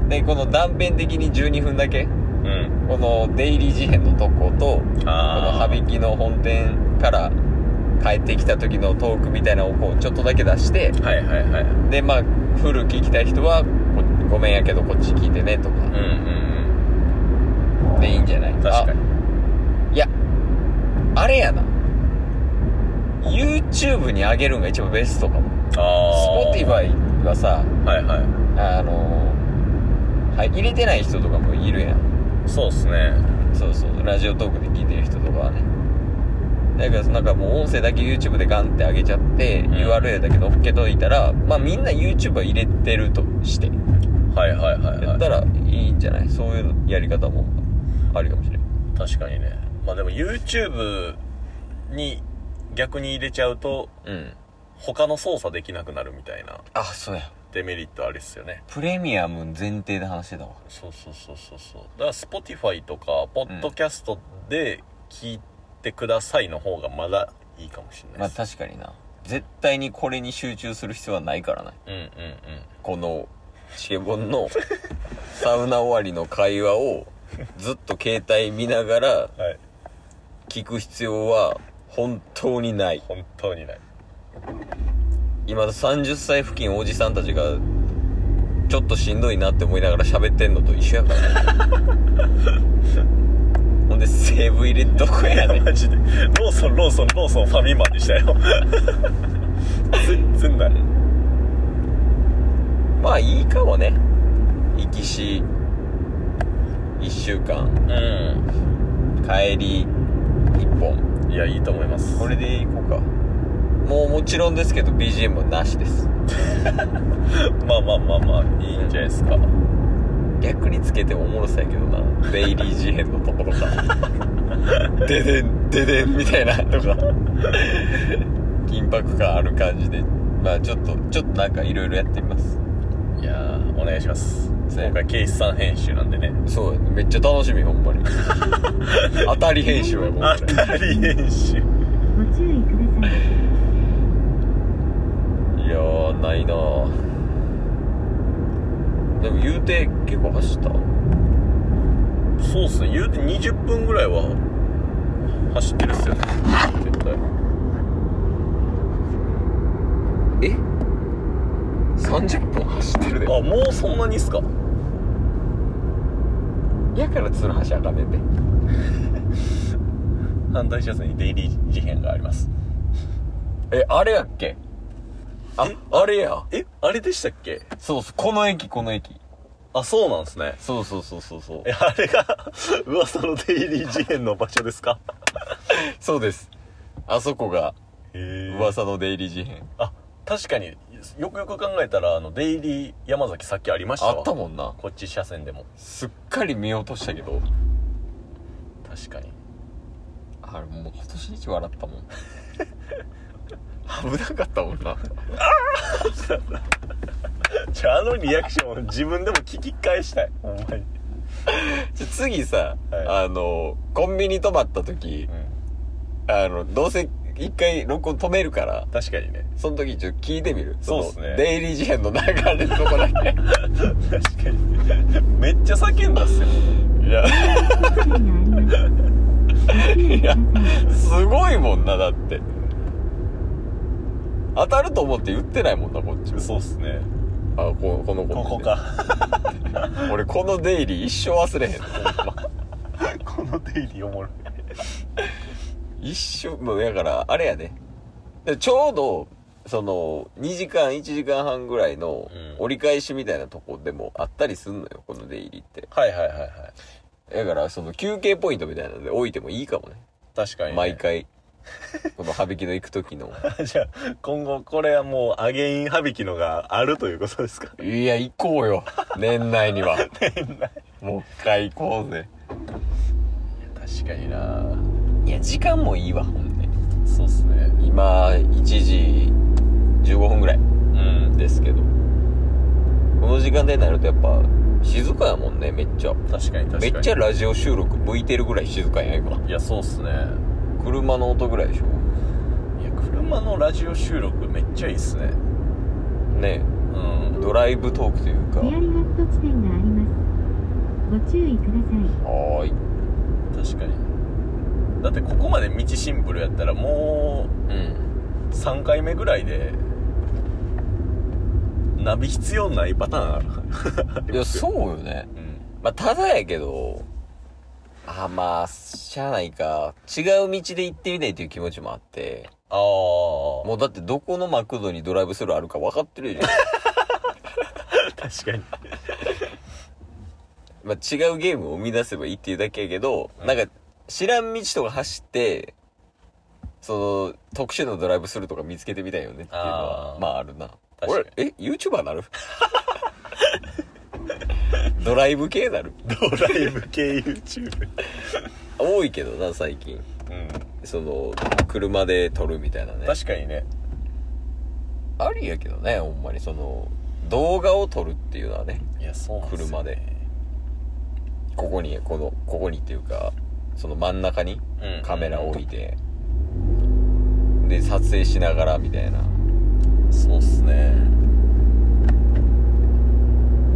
Speaker 3: うん
Speaker 1: でこの断片的に12分だけ
Speaker 3: うん
Speaker 1: このデイリー事変のとことこの
Speaker 3: ああ
Speaker 1: 羽引きの本店から帰ってきた時のトークみたいなのをこうちょっとだけ出して
Speaker 3: はいはいはい
Speaker 1: でまあフル聞きたい人はこごめんやけどこっち聞いてねと
Speaker 3: うんう
Speaker 1: か
Speaker 3: ん
Speaker 1: でいいんじゃない
Speaker 3: うん確かに
Speaker 1: あいやあれやな YouTube に上げるんが一番ベストかも
Speaker 3: ああ
Speaker 1: Spotify はさ
Speaker 3: はいはい
Speaker 1: あのはい、入れてない人とかもいるやん
Speaker 3: そうっすね
Speaker 1: そうそうラジオトークで聞いてる人とかはねだからなんかもう音声だけ YouTube でガンって上げちゃって、
Speaker 3: ん
Speaker 1: URL だけ載っけといたらまあみんな YouTube は入れてるとして
Speaker 3: はいはいはい
Speaker 1: や
Speaker 3: は
Speaker 1: っ
Speaker 3: い
Speaker 1: たらいいんじゃないそういうやり方もありかもしれん
Speaker 3: 確かにねまあでも YouTube に逆に入れちゃうと
Speaker 1: うん
Speaker 3: 他の操作できなくなるみたいな
Speaker 1: あそうや
Speaker 3: デメリットあれっすよね
Speaker 1: プレミアム前提で話してたわ
Speaker 3: そうそうそうそうそうだから Spotify とかポッドキャストで聞いてくださいの方がまだいいかもしれな
Speaker 1: ま
Speaker 3: い
Speaker 1: あ
Speaker 3: です、
Speaker 1: 確かにな絶対にこれに集中する必要はないからな
Speaker 3: うんうんうん
Speaker 1: このチケボン のサウナ終わりの会話をずっと携帯見ながら
Speaker 3: はい
Speaker 1: 聞く必要は本当にない
Speaker 3: 本当にない
Speaker 1: 今30歳付近おじさんたちがちょっとしんどいなって思いながら喋ってんのと一緒やから ねほんでセーブ入れどこやねん
Speaker 3: マジでローソンローソンローソンファミマでしたよ 全然ない
Speaker 1: まあいいかもね行きし1週間
Speaker 3: う
Speaker 1: 帰り1本
Speaker 3: んいやいいと思います
Speaker 1: これでいこうかもうもちろんですけど BGM はなしです
Speaker 3: まあまあまあまあいいんじゃないですか
Speaker 1: 逆につけてもおもろそうやけどなデイリー事変のところか デデンデデンみたいなとか緊迫感ある感じでまあちょっとちょっとなんかいろいろやってみます
Speaker 3: いやーお願いします
Speaker 1: そうや
Speaker 3: 今回ケイスさん編集なんでね
Speaker 1: そうやねめっちゃ楽しみほん まに当たり編集やもん
Speaker 3: 当
Speaker 1: これ
Speaker 3: たり編集
Speaker 4: ご注意ください。
Speaker 1: いやーないなぁでも言うて結構走った
Speaker 3: そうっすね言うて20分ぐらいは走ってるっすよね絶対
Speaker 1: え30分走ってるで
Speaker 3: あもうそんなにっすか
Speaker 1: やから鶴橋あかんねんで
Speaker 3: 反対車線にデイリー事変があります
Speaker 1: えあれやっけあ
Speaker 3: え
Speaker 1: あれや
Speaker 3: えあれでしたっけ
Speaker 1: そうそうこの駅この駅
Speaker 3: あそうなんですね
Speaker 1: そうそうそうそうそう
Speaker 3: えあれが 噂のデイリー事変の場所ですか
Speaker 1: そうですあそこが
Speaker 3: へえ
Speaker 1: 噂の出入り事変
Speaker 3: あ確かによくよく考えたらあのデイリー山崎さっきありましたわ
Speaker 1: あったもんな
Speaker 3: こっち車線でも
Speaker 1: すっかり見落としたけど
Speaker 3: 確かに
Speaker 1: あれもう今年一笑ったもん危なかったもんな
Speaker 3: じゃああのリアクション自分でも聞き返したいほんまに、
Speaker 1: じゃ次さ、
Speaker 3: はい
Speaker 1: あのコンビニ泊まった時
Speaker 3: うん、
Speaker 1: あのどうせ一回録音止めるから
Speaker 3: 確かにね
Speaker 1: その時ちょっと聞いてみる
Speaker 3: そうっす
Speaker 1: そ
Speaker 3: ね
Speaker 1: のデイリー事変の流れのとこだけ
Speaker 3: 確かに めっちゃ叫んだっすよ
Speaker 1: いや
Speaker 4: ご注意があります。ご注意ください。
Speaker 1: すごいもんなだって当たると思って言ってないもんなこっちも
Speaker 3: そうっすね
Speaker 1: あここの子
Speaker 3: ここか
Speaker 1: 俺このデイリー一生忘れへん ほんま
Speaker 3: このデイリーおもろい
Speaker 1: 一生もうだからあれやででちょうどその2時間1時間半ぐらいの
Speaker 3: うん
Speaker 1: 折り返しみたいなとこでもあったりすんのよこのデイリーって
Speaker 3: はいはいはいはい
Speaker 1: だからその休憩ポイントみたいなので置いてもいいかもね
Speaker 3: 確かに、ね、
Speaker 1: 毎回この羽引きの行く時の
Speaker 3: じゃあ今後これはもうアゲイン羽引きのがあるということですか
Speaker 1: いや、行こうよ。年内 には。年内。もう一回行こうぜ。
Speaker 3: 確かにない
Speaker 1: や、時間もいいわ、ほんで。
Speaker 3: そうっすね
Speaker 1: 今、1時15分ぐらい
Speaker 3: うん
Speaker 1: ですけど。この時間でになるとやっぱ、静かやもんねめっちゃ
Speaker 3: 確かに確か
Speaker 1: め
Speaker 3: に
Speaker 1: っちゃラジオ収録向いてるぐらい静かやん今
Speaker 3: いやそうっすね
Speaker 1: 車の音ぐらいでしょ
Speaker 3: いや車のラジオ収録めっちゃいいっすね
Speaker 1: ね
Speaker 3: うん
Speaker 1: ドライブトークというか
Speaker 4: リアリカット地点がありますご注意ください
Speaker 1: はーい
Speaker 3: 確かにだってここまで道シンプルやったらも
Speaker 1: うん
Speaker 3: う3回目ぐらいでナビ必要ないパターンあるから
Speaker 1: いやそうよね
Speaker 3: うん
Speaker 1: まあただやけどあーまあしゃあないか違う道で行ってみないという気持ちもあって
Speaker 3: ああ
Speaker 1: もうだってどこのマクドにドライブスルーあるか分かってるじゃん
Speaker 3: 確かに
Speaker 1: まあ違うゲームを生み出せばいいっていうだけやけど、なんか知らん道とか走ってその特殊なドライブスルーとか見つけてみたいよねっていうのは
Speaker 3: あー
Speaker 1: まああるな
Speaker 3: 確
Speaker 1: 俺
Speaker 3: か
Speaker 1: え YouTuber なる ドライブ系なる
Speaker 3: ドライブ系 YouTube
Speaker 1: 多いけどな最近
Speaker 3: うん
Speaker 1: その車で撮るみたいなね
Speaker 3: 確かにね
Speaker 1: ありやけどねほんまにその動画を撮るっていうのはね
Speaker 3: いやそうなんすよ
Speaker 1: 車でここにこのここにっていうかその真ん中に
Speaker 3: うん
Speaker 1: カメラを置いて、で撮影しながらみたいな
Speaker 3: そうっすね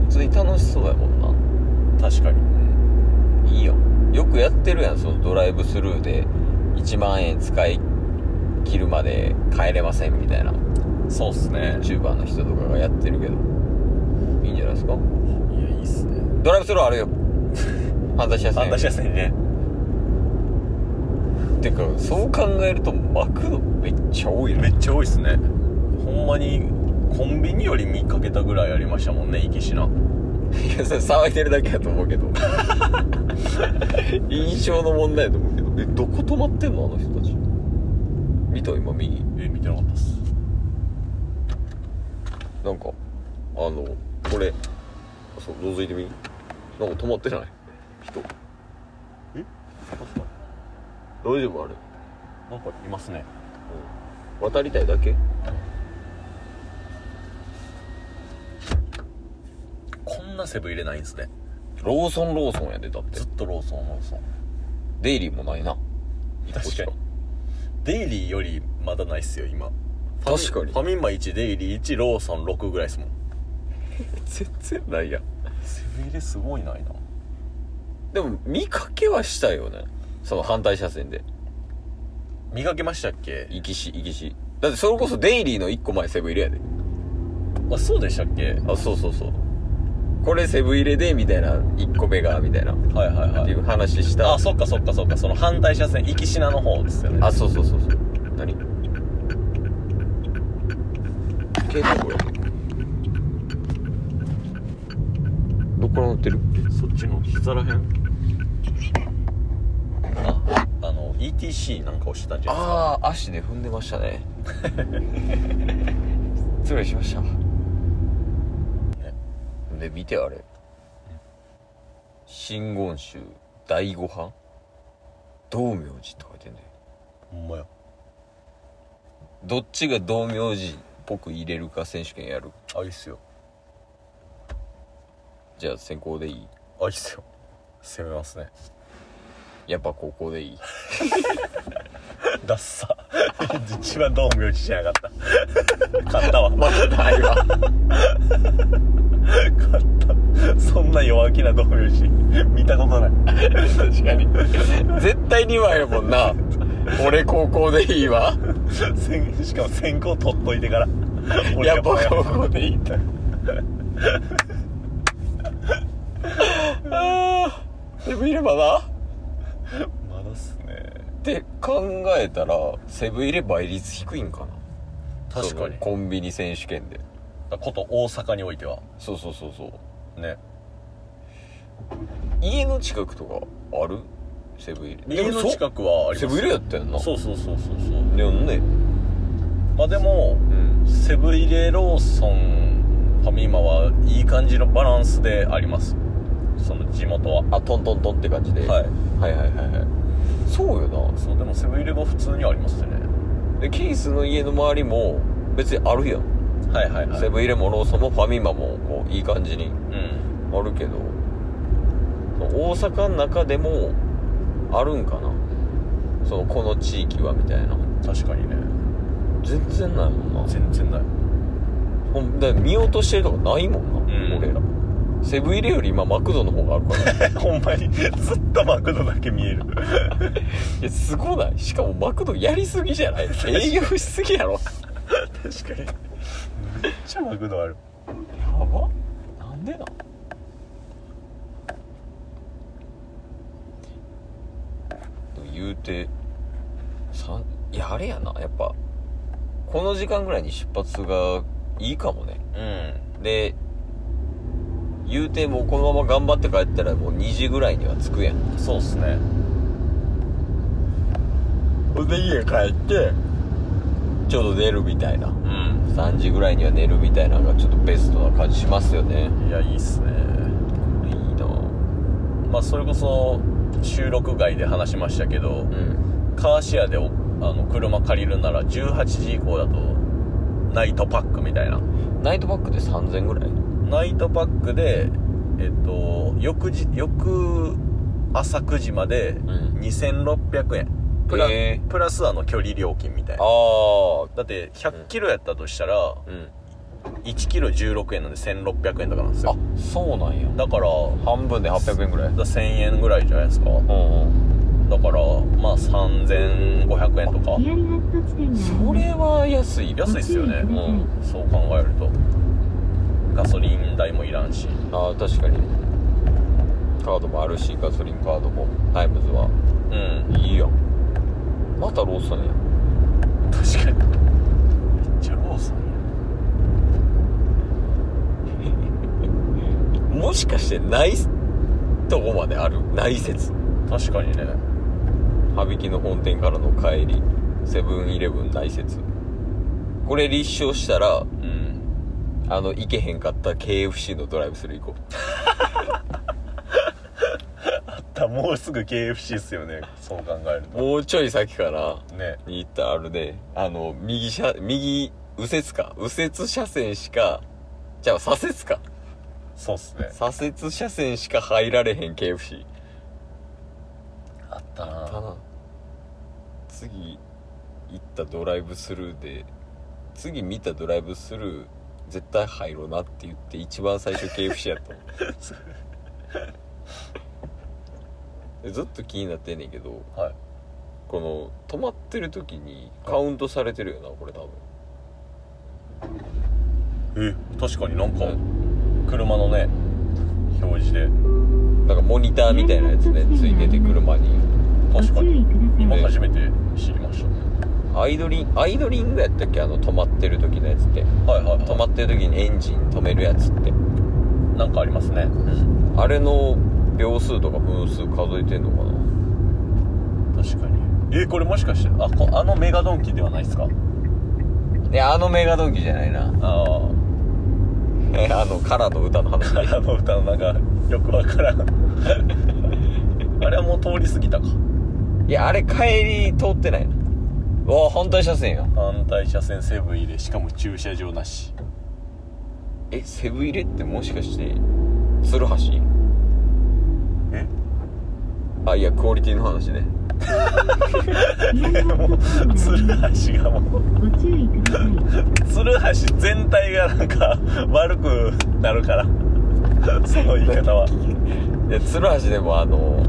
Speaker 1: 普通に楽しそうやもん
Speaker 3: 確かに
Speaker 1: ないいよよくやってるやんそのドライブスルーで1万円使い切るまで帰れませんみたいな
Speaker 3: そうっすね
Speaker 1: YouTuber の人とかがやってるけどいいんじゃないですか
Speaker 3: いやいいっすね
Speaker 1: ドライブスルーあ るよ反対しやすい
Speaker 3: 反対しやすいね
Speaker 1: てかそう考えるとマクドめっちゃ多いよ
Speaker 3: め
Speaker 1: ね
Speaker 3: っちゃ多いっすねほんまにコンビニより見かけたぐらいありましたもんねきしない
Speaker 1: やそれ騒いでるだけやと思う けど印象の問題やと思うけどえどこ止まってんのあの人たち見た今右
Speaker 3: え見てなかったっす
Speaker 1: なんかあのこれそう覗いてみなんか止まってない人大丈夫あれ
Speaker 3: なんかいますね
Speaker 1: 渡りたいだけ
Speaker 3: こんなセブン入れないんですね
Speaker 1: ローソンローソンやでだって
Speaker 3: ずっとローソンローソン
Speaker 1: デイリーもないな
Speaker 3: 確かにデイリーよりまだないっすよ今
Speaker 1: 確かに
Speaker 3: ファミマ1デイリー1ローソン6ぐらいっすもん
Speaker 1: 全然ないやん
Speaker 3: セブン入れすごいないな
Speaker 1: でも見かけはしたよねその反対車線で
Speaker 3: 見かけましたっけ
Speaker 1: 行きし行きしだってそれこそデイリーの1個前セブン入れやで
Speaker 3: あそうでしたっけ
Speaker 1: あそうそうそうこれセブン入れでみたいな1個目がみたいなっ
Speaker 3: はいはいは
Speaker 1: てい
Speaker 3: いう
Speaker 1: 話した
Speaker 3: あそっかそっかそっかその反対車線行きしなの方ですよね
Speaker 1: あそうそうそうそう何携帯これどっから乗ってる
Speaker 3: そっちの膝らへんああの ETC なんかをしてたんじゃないですか
Speaker 1: ああ足ね踏んでましたね 失礼しましたで見てあれ真言宗第五版道明寺って書いてんだよ
Speaker 3: ほんまや
Speaker 1: どっちが道明寺っぽく入れるか選手権やる
Speaker 3: あいいっすよ
Speaker 1: じゃあ先行でいい
Speaker 3: あいいっすよ攻めますね
Speaker 1: やっぱ高校でいい
Speaker 3: ダッサ 一番どう明治じゃなかった勝ったわ
Speaker 1: まだないわ
Speaker 3: 勝ったそんな弱気などう明治見たことない
Speaker 1: 確かに絶対2枚やもんな俺高校でいいわ
Speaker 3: 先しかも先行取っといてから
Speaker 1: やっぱ
Speaker 3: 俺
Speaker 1: 高校でいいんだ あーでもいればな
Speaker 3: まだっすね
Speaker 1: って考えたらセブン入れ倍率低いんかな
Speaker 3: 確
Speaker 1: そ
Speaker 3: か
Speaker 1: の
Speaker 3: に
Speaker 1: コンビニ選手権で
Speaker 3: こと大阪においては
Speaker 1: そうそうそうそう
Speaker 3: ね
Speaker 1: 家の近くとかあるセブン入れ
Speaker 3: 家の近くはあります
Speaker 1: セブン入れやったよな
Speaker 3: そうそうそうそうそう
Speaker 1: でもね
Speaker 3: まあでも
Speaker 1: うん
Speaker 3: セブン入れローソンファミマはいい感じのバランスでありますその地元は
Speaker 1: あトントントンって感じで、
Speaker 3: はい
Speaker 1: はいはいはいはいそうよな
Speaker 3: そうでもセブン入れは普通にありますよね
Speaker 1: でケースの家の周りも別にあるやん、
Speaker 3: はいはいはい
Speaker 1: セブン入れもローソンもファミマもこういい感じに
Speaker 3: うん
Speaker 1: あるけどその大阪の中でもあるんかなそのこの地域はみたいな
Speaker 3: 確かにね
Speaker 1: 全然ないもんな
Speaker 3: 全然ない
Speaker 1: ほんだから見落としてるとかないもんな、
Speaker 3: うん
Speaker 1: 俺らセブン入れより今マクドの方がある からい
Speaker 3: ほんまにずっとマクドだけ見える
Speaker 1: やすごないしかもマクドやりすぎじゃ ない営業しすぎやろ
Speaker 3: 確かにめっちゃマクドある
Speaker 1: やばなんでなんでも言うてさんいやあれやなやっぱこの時間ぐらいに出発がいいかもね
Speaker 3: うん
Speaker 1: で言うてもうこのまま頑張って帰ったらもう2時ぐらいには着くやん
Speaker 3: そうっすね
Speaker 1: ほんで家帰ってちょうど寝るみたいな
Speaker 3: うん
Speaker 1: 3時ぐらいには寝るみたいなのがちょっとベストな感じしますよね
Speaker 3: いやいいっすね
Speaker 1: いいな
Speaker 3: まあそれこそ収録外で話しましたけ
Speaker 1: う
Speaker 3: ど、
Speaker 1: ん
Speaker 3: カーシェアでおあの車借りるなら18時以降だとナイトパックみたいな
Speaker 1: ナイトバックで3000ぐらい
Speaker 3: ナイトパックでえっと翌日翌朝9時まで
Speaker 1: ん
Speaker 3: 2600円、プラ
Speaker 1: へー
Speaker 3: プラスあの距離料金みたいな
Speaker 1: あ
Speaker 3: だって100キロやったとしたら、
Speaker 1: あうん
Speaker 3: 1キロ16円なんで1600円とかなんですよ
Speaker 1: あそうなんや
Speaker 3: だから
Speaker 1: 半分で800円ぐらい
Speaker 3: だ1000円ぐらいじゃないですか
Speaker 1: うんうん
Speaker 3: だからまあ3500円とか
Speaker 4: ヒアリハット地点があります
Speaker 1: それは安い
Speaker 3: 安いっすよね、
Speaker 4: うん
Speaker 3: うん、そう考えるとガソリン代もいらんし
Speaker 1: ああ確かにカードもあるしガソリンカードもタイムズは
Speaker 3: うん
Speaker 1: いいやんまたローソンやん
Speaker 3: 確かにめっちゃローソン
Speaker 1: もしかしてないとこまであるない説
Speaker 3: や確かにね
Speaker 1: 羽引きの本店からの帰りセブンイレブンない説これ立証したら
Speaker 3: うん
Speaker 1: あの行けへんかった KFC のドライブスルー行こ
Speaker 3: だもうすぐ KFC っすよねそう考える
Speaker 1: うもうちょい先かな
Speaker 3: とね
Speaker 1: に行ったあるねあの右車右右折か右折車線しかじゃあ左折か
Speaker 3: そうっすね
Speaker 1: 左折車線しか入られへん KFC
Speaker 3: あった
Speaker 1: か
Speaker 3: な
Speaker 1: な次行ったドライブスルーで次見たドライブスルー絶対入ろうなって言って一番最初 KFC やったもん でずっと気になってんねんけど
Speaker 3: はい
Speaker 1: この止まってる時にカウントされてるよなこれ多分
Speaker 3: え確かになんか車のね表示で
Speaker 1: なんかモニターみたいなやつねついてて車に
Speaker 4: ご
Speaker 3: 確か
Speaker 4: 注意
Speaker 3: に
Speaker 4: く
Speaker 3: 今
Speaker 4: ださい。
Speaker 3: 初めて知りました
Speaker 1: アイドリンアイドリングやったっけあの止まってる時のやつって
Speaker 3: はいはいはい
Speaker 1: 止まってる時にエンジン止めるやつって
Speaker 3: なんかありますね
Speaker 1: あれの秒数とか分数数えてんのかな
Speaker 3: 確かにえこれもしかしてあこあのメガドンキではないですか
Speaker 1: いやあのメガドンキじゃないな
Speaker 3: ああ
Speaker 1: あのカラの歌の話
Speaker 3: カラの歌のなんかよくわからんあれはもう通り過ぎたか
Speaker 1: いやあれ帰り通ってないなお反対車線や
Speaker 3: 反対車線セブン入れしかも駐車場なし
Speaker 1: えセブ入れってもしかして鶴橋
Speaker 3: え
Speaker 1: あいやクオリティの話ね
Speaker 3: もう鶴橋がもう
Speaker 4: ご注意ください。
Speaker 3: 鶴橋全体がなんか悪くなるからその言い方はい
Speaker 1: や鶴橋でもあの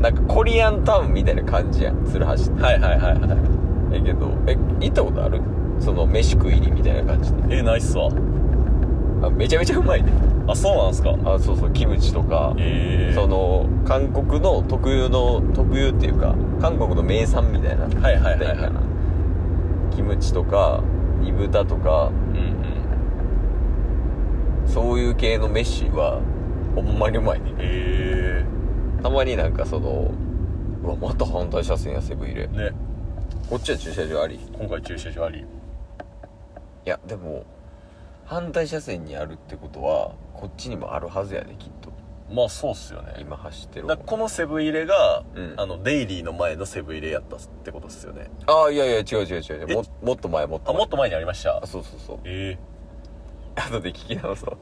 Speaker 1: なんかコリアンタウンみたいな感じやん鶴橋って
Speaker 3: はいはいはいはい
Speaker 1: えけどえ行ったことあるその飯食いにみたいな感じで
Speaker 3: えナイスわ
Speaker 1: あめちゃめちゃうまいね
Speaker 3: あそうなんすか
Speaker 1: あそうそうキムチとか
Speaker 3: ええ
Speaker 1: その韓国の特有の特有っていうか韓国の名産みたいな
Speaker 3: はいはいはいはい
Speaker 1: みたなキムチとか煮豚とか
Speaker 3: うんうん
Speaker 1: そういう系の飯はほんまにうまいね
Speaker 3: え
Speaker 1: たまになんかそのうわまた反対車線やセブン入れ
Speaker 3: えね
Speaker 1: こっちは駐車場ありい
Speaker 3: 今回駐車場あり
Speaker 1: やでも反対車線にあるってことはこっちにもあるはずやできっと
Speaker 3: まあそうっすよね
Speaker 1: 今走ってる
Speaker 3: だからこのセブン入れが、
Speaker 1: うん
Speaker 3: あのデイリーの前のセブン入れやったってことっすよね
Speaker 1: ああいやいや違う違う違う違うももっと前もっと
Speaker 3: あ
Speaker 1: 前
Speaker 3: もっと前にありました
Speaker 1: あそうそうそう
Speaker 3: え
Speaker 1: 後で聞き直そう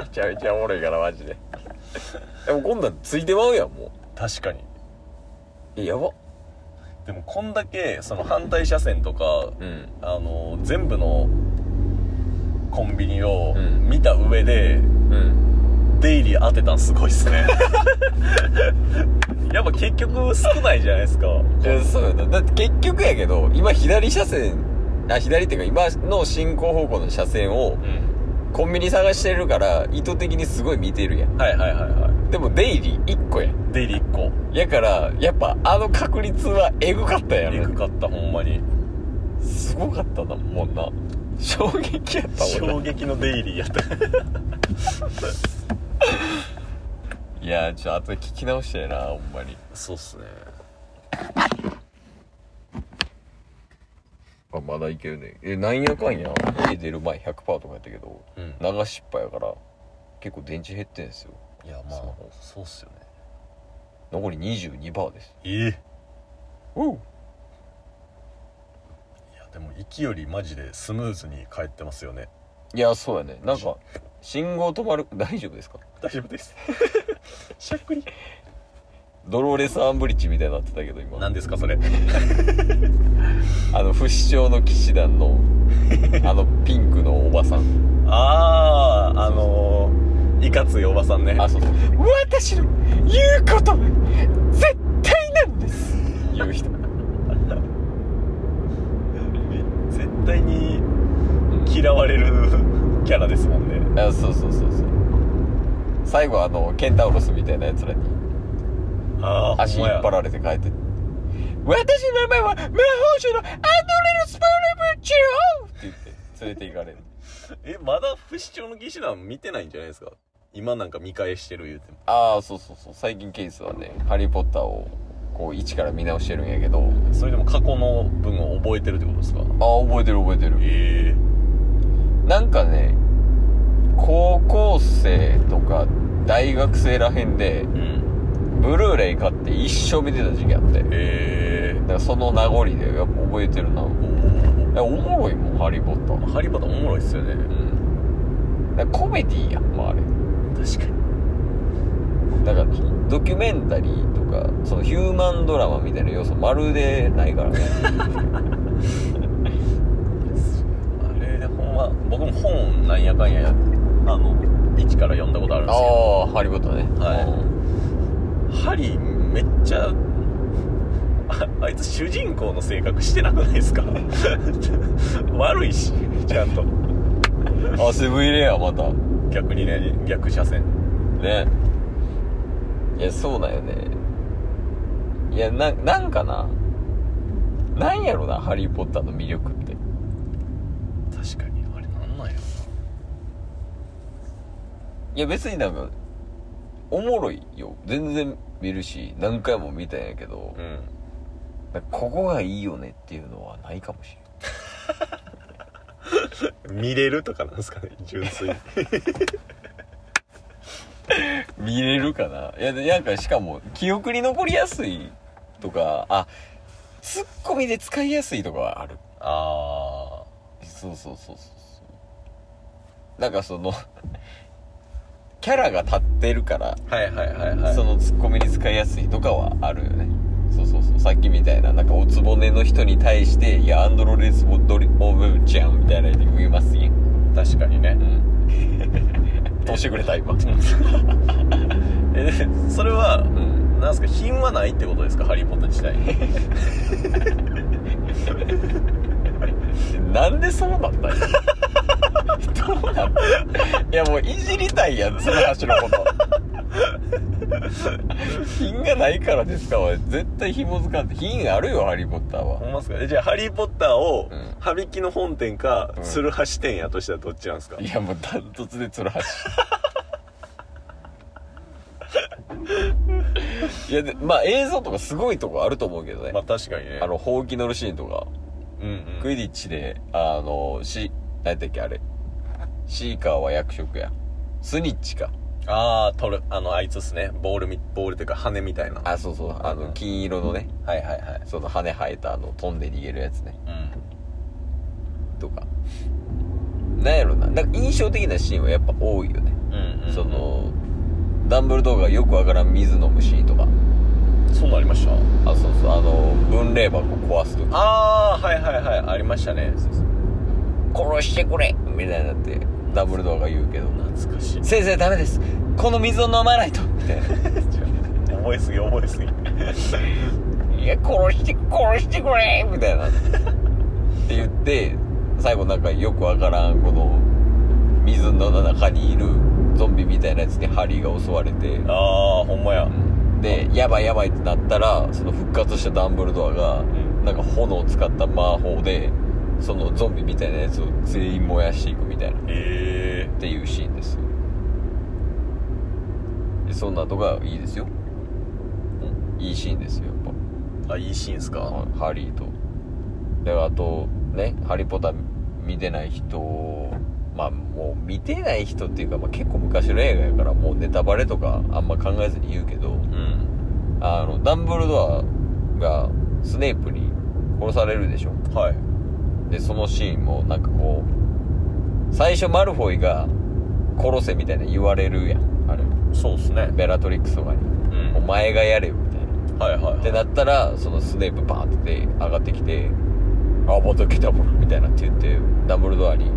Speaker 1: めちゃめちゃおもろいからマジででもこんなんついてまうやんも
Speaker 3: 確かに
Speaker 1: うえやば
Speaker 3: でもこんだけその反対車線とか、
Speaker 1: うん
Speaker 3: あの全部のコンビニを
Speaker 1: うん
Speaker 3: 見た上で、
Speaker 1: うん
Speaker 3: デイリー当てたんすごいっすね やっぱ結局少ないじゃないですか
Speaker 1: えそうやなだって結局やけど今左車線あ左っていうか今の進行方向の車線を
Speaker 3: うん
Speaker 1: コンビニ探してるから意図的にすごい見てるやん
Speaker 3: はいはいはいは
Speaker 1: でもデイリー1個やん
Speaker 3: いデイリー1個
Speaker 1: やからやっぱあの確率はエグかったや
Speaker 3: エ
Speaker 1: ろ
Speaker 3: グかったほんまに
Speaker 1: すごかったなもんな衝撃やった俺
Speaker 3: 衝撃のデイリーやった
Speaker 1: いやちょっと後で聞き直したいなほんまに
Speaker 3: そうっすね
Speaker 1: あまだいけるねえなんやかんや家出る前100%とかやったけど、
Speaker 3: うん
Speaker 1: 流しっぱやから結構電池減ってんすよ
Speaker 3: いやまあそうっすよね
Speaker 1: 残り22%です
Speaker 3: ええ
Speaker 1: おう
Speaker 3: いやでも息よりマジでスムーズに帰ってますよね
Speaker 1: いやそうやねなんか信号止まる大丈夫ですか
Speaker 3: 大丈夫です しゃっくり
Speaker 1: ドローレスアンブリッジみたいになってたけど今
Speaker 3: 何ですかそれ
Speaker 1: あの不死鳥の騎士団のあのピンクのおばさん
Speaker 3: あああのー、いかついおばさんね
Speaker 1: あそうそう私の言うことは絶対なんです言う人
Speaker 3: 絶対に嫌われるキャラですもんね
Speaker 1: あそうそうそうそう最後あのケンタウロスみたいなやつらに
Speaker 3: ああ
Speaker 1: 足引っ張られて帰って私の名前は魔法師のアンドレル・スポルブチューって言って連れて行かれる
Speaker 3: えまだ不死鳥の騎士団見てないんじゃないですか今なんか見返してる言うても
Speaker 1: ああそうそうそう最近ケイスはね「ハリー・ポッター」をこう一から見直してるんやけど
Speaker 3: それでも過去の文を覚えてるってことですか
Speaker 1: ああ覚えてる覚えてる
Speaker 3: え
Speaker 1: なんかね高校生とか大学生らへんで
Speaker 3: えうん
Speaker 1: ブルーレイ買って一生見てた時期あってだ
Speaker 3: ええ
Speaker 1: からその名残でやっぱ覚えてるな
Speaker 3: おー
Speaker 1: おもろいもん「ハリー・ポッター」
Speaker 3: ハリーポッターおもろいっすよね
Speaker 1: うんだからコメディやん、まあ、あれ
Speaker 3: 確かに
Speaker 1: だからドキュメンタリーとかそのヒューマンドラマみたいな要素まるでないからね
Speaker 3: あれでほんま僕も本なんやかんやあの一から読んだことあるん
Speaker 1: あ
Speaker 3: ですけど
Speaker 1: あハリー・ポッターね
Speaker 3: はい
Speaker 1: うん
Speaker 3: ハリーめっちゃああいつ主人公の性格してなくないです か悪いしちゃんと
Speaker 1: あセブンイレやまた
Speaker 3: 逆にね逆車線
Speaker 1: ねいやそうなんよねいやななんかななんやろな「ハリー・ポッター」の魅力って
Speaker 3: 確かにあれなんなんや
Speaker 1: いや別になんかおもろいよ全然見るし何回も見たんやけど、
Speaker 3: ろうん
Speaker 1: なんかここがいいよねっていうのはないかもしれん
Speaker 3: 見れるとかなんですかね純粋に
Speaker 1: 見れるかないや、でなんかしかも、記憶に残りやすいとか、あ、ツッコミで使いやすいとかはある。
Speaker 3: あ
Speaker 1: そうそうそうそうそう。なんかその、キャラが立ってるから、
Speaker 3: あ はいはいはいはい
Speaker 1: そのツッコミに使いやすいとかはあるよね。そうそうそう。さっきみたいな、なんかおつぼねの人に対して、いや、アンドロレスボドリオブちゃんみたいなのに言いますやん。
Speaker 3: 確かにね
Speaker 1: うん。通してくれた、今。
Speaker 3: えそれは、
Speaker 1: ん
Speaker 3: なんすか品はないってことですかハリー・ポッター自体 に
Speaker 1: なんでそうなったんや どうなったいやもういじりたいやん鶴橋のこと 品がないからですかは絶対紐づかんって品あるよハリー・ポッター
Speaker 3: ほ
Speaker 1: は
Speaker 3: んまっすかえじゃあハリー・ポッターを
Speaker 1: うん
Speaker 3: 羽引きの本店か
Speaker 1: うん
Speaker 3: 鶴橋店やとしたらどっちなんですか、
Speaker 1: いやもうダントツで 鶴橋いやでまあ映像とかすごいとこあると思うけどね、
Speaker 3: まあ確かにね
Speaker 1: あのほうき乗るシーンとか
Speaker 3: うんうん
Speaker 1: クイディッチで、あの、シ、何やったっけ、あれ。シーカーは役職や。スニッチか。
Speaker 3: ああ取るあのあいつっすねボールみボールっていうか羽みたいなは
Speaker 1: あ、そうそう、あの、金色のね、
Speaker 3: いはいはい
Speaker 1: その羽生えた、あの、飛んで逃げるやつね。
Speaker 3: うん
Speaker 1: とか。なんやろな。なんなんか印象的なシーンはやっぱ多いよね、
Speaker 3: うんうん
Speaker 1: そのダンブルドアがよくわからん水飲むシーンとか
Speaker 3: そうなりました
Speaker 1: あそうそうあの分霊箱壊すとき
Speaker 3: ああはいはいはいありましたね
Speaker 1: 殺してくれみたいになってダンブルドアが言うけど
Speaker 3: 懐か しい
Speaker 1: 先生ダメですこの水を飲まないとみたいな
Speaker 3: 覚えすぎ覚えすぎ
Speaker 1: いや殺して殺してくれみたいなって言って最後なんかよくわからんこの水の中にいるゾンビみたいなやつにハリーが襲われて
Speaker 3: ああほんまや、
Speaker 1: でやばいやばいってなったらその復活したダンブルドアが
Speaker 3: ん
Speaker 1: なんか炎を使った魔法でそのゾンビみたいなやつを全員燃やしていくみたいなっ
Speaker 3: え
Speaker 1: ていうシーンですよでそんなとがいいですよいいシーンですよやっぱ
Speaker 3: ー、あいいシーンっすか、
Speaker 1: はいハリーとであとね「ハリー・ポッター」見てない人まあもう見てない人っていうか、まあ、結構昔の映画やからもうネタバレとかあんま考えずに言うけど
Speaker 3: うん
Speaker 1: あのダンブルドアがスネープに殺されるでしょ
Speaker 3: はい
Speaker 1: でそのシーンもなんかこう最初マルフォイが殺せみたいな言われるやんあれ
Speaker 3: そうっすね
Speaker 1: ベラトリックスとかに、
Speaker 3: うん
Speaker 1: お前がやれよみたいな
Speaker 3: はいはい、はい、
Speaker 1: ってなったらそのスネープバーンって上がってきて「あまた来たもん」みたいなって言ってダンブルドアに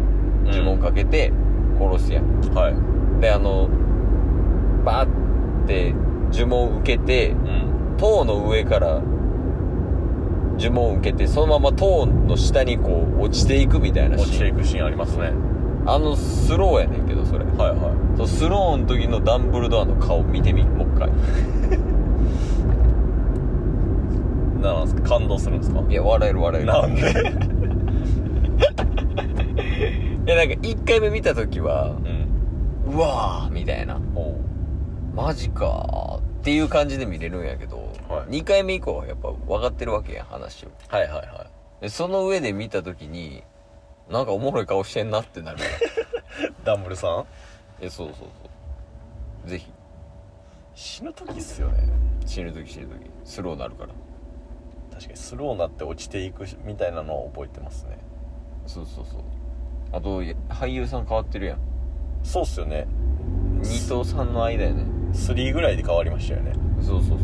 Speaker 1: 呪文かけて殺すやん、
Speaker 3: はい
Speaker 1: であのバーって呪文受けて
Speaker 3: うん
Speaker 1: 塔の上から呪文受けてそのまま塔の下にこう落ちていくみたいな
Speaker 3: 落ち
Speaker 1: シ
Speaker 3: て
Speaker 1: ー
Speaker 3: い
Speaker 1: ン
Speaker 3: くシーンありますねはい
Speaker 1: あのスローやねんけどそれ
Speaker 3: は
Speaker 1: そのスローの時のダンブルドアの顔見てみもう一回
Speaker 3: いなんすか感動するんですか
Speaker 1: いや笑える笑える
Speaker 3: なんで
Speaker 1: いやなんか1回目見た時は
Speaker 3: うん
Speaker 1: うわーみたいな
Speaker 3: おう
Speaker 1: マジかーっていう感じで見れるんやけど、
Speaker 3: はい
Speaker 1: 2回目以降はやっぱ分かってるわけや話を
Speaker 3: はいはいは
Speaker 1: でその上で見た時になんかおもろい顔してんなって なる
Speaker 3: いダンブルさん
Speaker 1: えそうそうそうぜひ
Speaker 3: 死ぬ時っすよね
Speaker 1: 死ぬ時死ぬ時スローなるから
Speaker 3: 確かにスローなって落ちていくみたいなのを覚えてますね
Speaker 1: そうそうそうあとや俳優さん変わってるやん
Speaker 3: そうっすよね
Speaker 1: 2と3の間やね
Speaker 3: 3ぐらいで変わりましたよね
Speaker 1: そうそうそう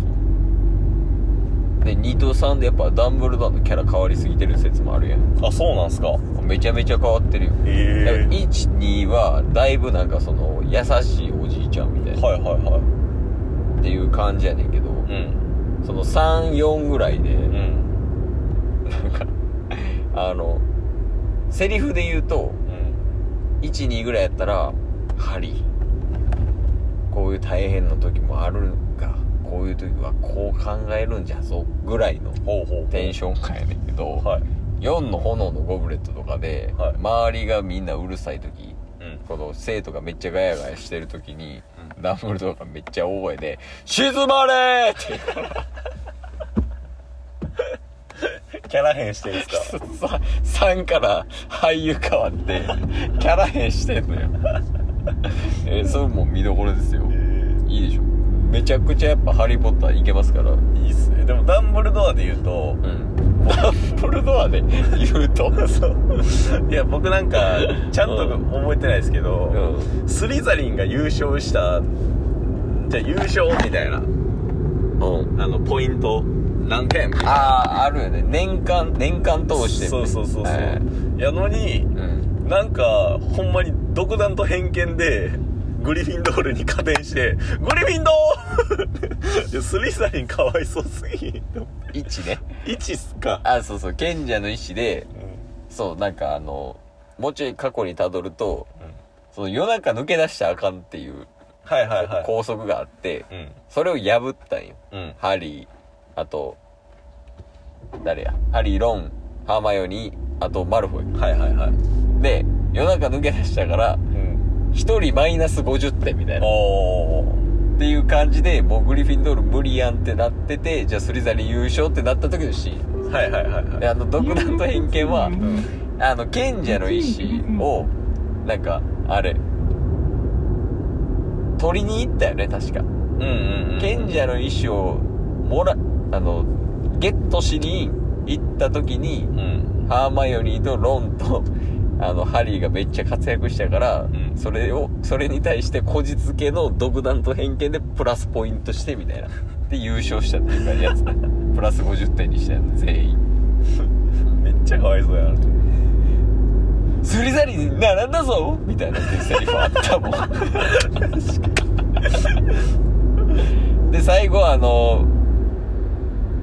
Speaker 1: で2と3でやっぱダンブルドアのキャラ変わりすぎてる説もあるやん
Speaker 3: あそうなんすか
Speaker 1: めちゃめちゃ変わってるよ
Speaker 3: ええ
Speaker 1: 12はだいぶなんかその優しいおじいちゃんみたいな
Speaker 3: はいはいはい
Speaker 1: っていう感じやねんけど、
Speaker 3: うん
Speaker 1: その34ぐらいで、
Speaker 3: うん
Speaker 1: なんかあのセリフで言うと
Speaker 3: うん
Speaker 1: 12ぐらいやったら「ハリーこういう大変な時もあるがこういう時はこう考えるんじゃぞ」ぐらいの
Speaker 3: ほうほうほう
Speaker 1: テンション感やねんけど、
Speaker 3: はい
Speaker 1: 4の炎のゴブレットとかで、
Speaker 3: はい
Speaker 1: 周りがみんなうるさい時
Speaker 3: うん
Speaker 1: この生徒がめっちゃガヤガヤしてる時に、ダンブルドアがめっちゃ大声で「静まれ!」って言うから
Speaker 3: キャラ変してるんすか
Speaker 1: さ3から俳優変わってキャラ変してんのよえーそれも見どころですよいいでしょめちゃくちゃやっぱ「ハリー・ポッター」いけますからう
Speaker 3: いいっすねでもダンブルドアで言うと、
Speaker 1: ん ダンブルドアで言うと
Speaker 3: いや僕なんかちゃんと
Speaker 1: うん
Speaker 3: 覚えてないですけど、
Speaker 1: う
Speaker 3: スリザリンが優勝したじゃあ優勝みたいな
Speaker 1: うん
Speaker 3: あのポイント何点
Speaker 1: あああるよね年間年間通して、ね、
Speaker 3: そうそうそうそう、
Speaker 1: はい
Speaker 3: やのに
Speaker 1: うん
Speaker 3: なんかほんまに独断と偏見でグリフィンドールに加点して「グリフィンド ール!いや」スリザリンかわいそうすぎ
Speaker 1: 1ね
Speaker 3: 1っすか、
Speaker 1: あそうそう賢者の意志でそうなんかあのもうちょい過去にたどると、
Speaker 3: うん
Speaker 1: その夜中抜け出したらあかんっていう
Speaker 3: はいはいはい
Speaker 1: 拘束があって、
Speaker 3: うん
Speaker 1: それを破ったんよ
Speaker 3: うん
Speaker 1: ハリーあと誰やハリーロンハーマヨニーあとマルフォ
Speaker 3: はいはいはい、
Speaker 1: イで夜中抜け出したから
Speaker 3: うん、
Speaker 1: 1人マイナス50点みたいなっ
Speaker 3: おお
Speaker 1: ていう感じでもうグリフィンドール無理やんってなっててじゃあスリザリン優勝ってなった時のシー
Speaker 3: はいはいはいは
Speaker 1: ン
Speaker 3: い
Speaker 1: であの独断と偏見は、
Speaker 4: うん
Speaker 1: あの賢者の石をなんかあれ取りに行ったよね確か
Speaker 3: うんうんうん
Speaker 1: 賢者の石をもらあのゲットしに行った時に
Speaker 3: うん
Speaker 1: ハーマイオニーとロンと あのハリーがめっちゃ活躍したから、
Speaker 3: ん
Speaker 1: それをそれに対してこじつけの独断と偏見でプラスポイントしてみたいなで優勝したっていうやつプラス50点にしたやつ全員
Speaker 3: めっちゃかわいそうやな
Speaker 1: すりざりに並んだぞみたいなっていうセリフあったもんで最後あの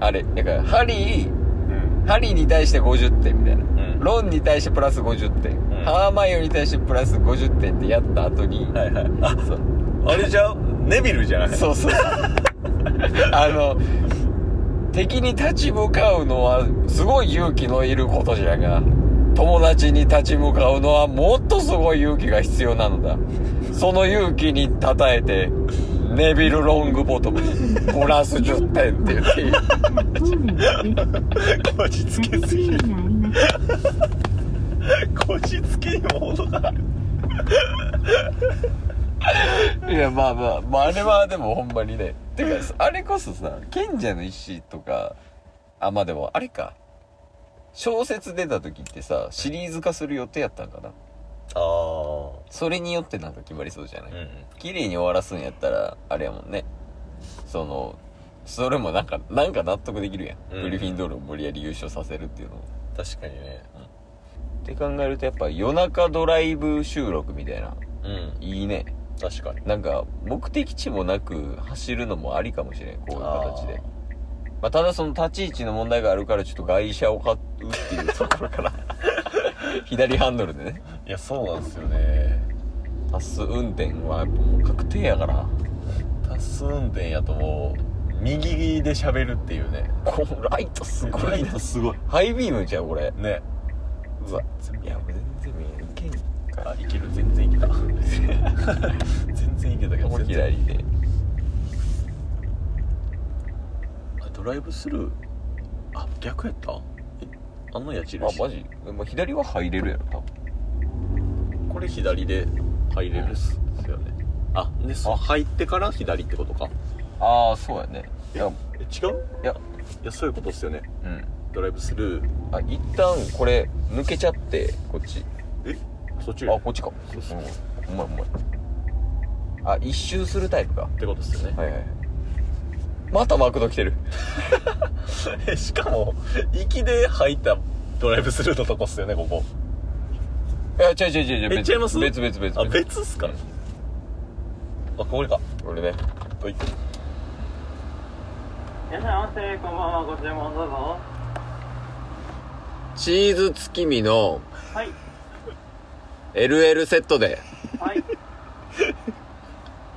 Speaker 1: あれだからハリー
Speaker 3: うん
Speaker 1: ハリーに対して50点みたいな、
Speaker 3: ん
Speaker 1: ロンに対してプラス50点、
Speaker 3: ん
Speaker 1: ハーマイオンに対してプラス50点ってやった後 に、
Speaker 3: はいはいあ
Speaker 1: そう
Speaker 3: あれじゃうネビルじゃない
Speaker 1: そうそうあの敵に立ち向かうのはすごい勇気のいることじゃが友達に立ち向かうのはもっとすごい勇気が必要なのだその勇気にたたえてネビル・ロングボトムにプラス10点って言っていい
Speaker 4: 方面です。
Speaker 3: こじつけす
Speaker 4: 110
Speaker 3: ぎ
Speaker 4: 円
Speaker 3: る
Speaker 4: があります。
Speaker 3: こじつけにも程がある
Speaker 1: いや、まあまあ、まあ、あれはでもほんまにね。てか、あれこそさ、賢者の石とか、あ、まあでも、あれか。小説出た時ってさ、シリーズ化する予定やったんかな。
Speaker 3: ああ
Speaker 1: それによってなんか決まりそうじゃない、
Speaker 3: うん
Speaker 1: 綺麗に終わらすんやったら、あれやもんね。その、それもなんか、なんか納得できるやん。
Speaker 3: うん
Speaker 1: グリフィンドールを無理やり優勝させるっていうのも。
Speaker 3: 確かにね
Speaker 1: って考えるとやっぱ夜中ドライブ収録みたいな。
Speaker 3: うん
Speaker 1: いいね。
Speaker 3: 確かに
Speaker 1: なんか目的地もなく走るのもありかもしれんこういう形で
Speaker 3: あー
Speaker 1: まあ、ただその立ち位置の問題があるからちょっと外車を買うっていうところから 左ハンドルでね
Speaker 3: いやそうなんですよね
Speaker 1: 明日運転はやっぱもう確定やから
Speaker 3: タス運転やともう右で喋るっていうね
Speaker 1: このライトすご
Speaker 3: ラ
Speaker 1: い
Speaker 3: イ
Speaker 1: な
Speaker 3: トすごい
Speaker 1: ハイビームちゃうこれ
Speaker 3: ねうわ
Speaker 1: いや全然見えるいけん
Speaker 3: あいける全然いけた全然いけたけど
Speaker 1: これ
Speaker 3: 全然
Speaker 1: 左で
Speaker 3: あドライブスルーあ逆やったえあの矢印
Speaker 1: あマジまあ左は入れるやろ多分
Speaker 3: これ左で入れるっすよねあでそう
Speaker 1: あ
Speaker 3: 入ってから左ってことか
Speaker 1: ああそうやねいや
Speaker 3: え違う
Speaker 1: いや
Speaker 3: いやそういうことっすよね
Speaker 1: うん
Speaker 3: ドライブスルー
Speaker 1: あ一旦これ抜けちゃってこっち
Speaker 3: えそっち
Speaker 1: あこっちか
Speaker 3: そうそう
Speaker 1: うんうまいうまいあ一周するタイプか
Speaker 3: ってことっすよね、
Speaker 1: はいはいはいまたマクド来てる
Speaker 3: えしかも行きで入ったドライブスルーのとこっすよねここ
Speaker 1: いや違う違う違う違う
Speaker 3: え
Speaker 1: 別
Speaker 3: 違います
Speaker 1: 別別別
Speaker 3: あ別っすか、あこれか
Speaker 1: 俺ね
Speaker 3: はい
Speaker 5: いらっしゃいませ、こんばんは、ご注文どうぞ。
Speaker 1: チーズ月見の
Speaker 5: はい、
Speaker 1: LL セットで
Speaker 5: はい、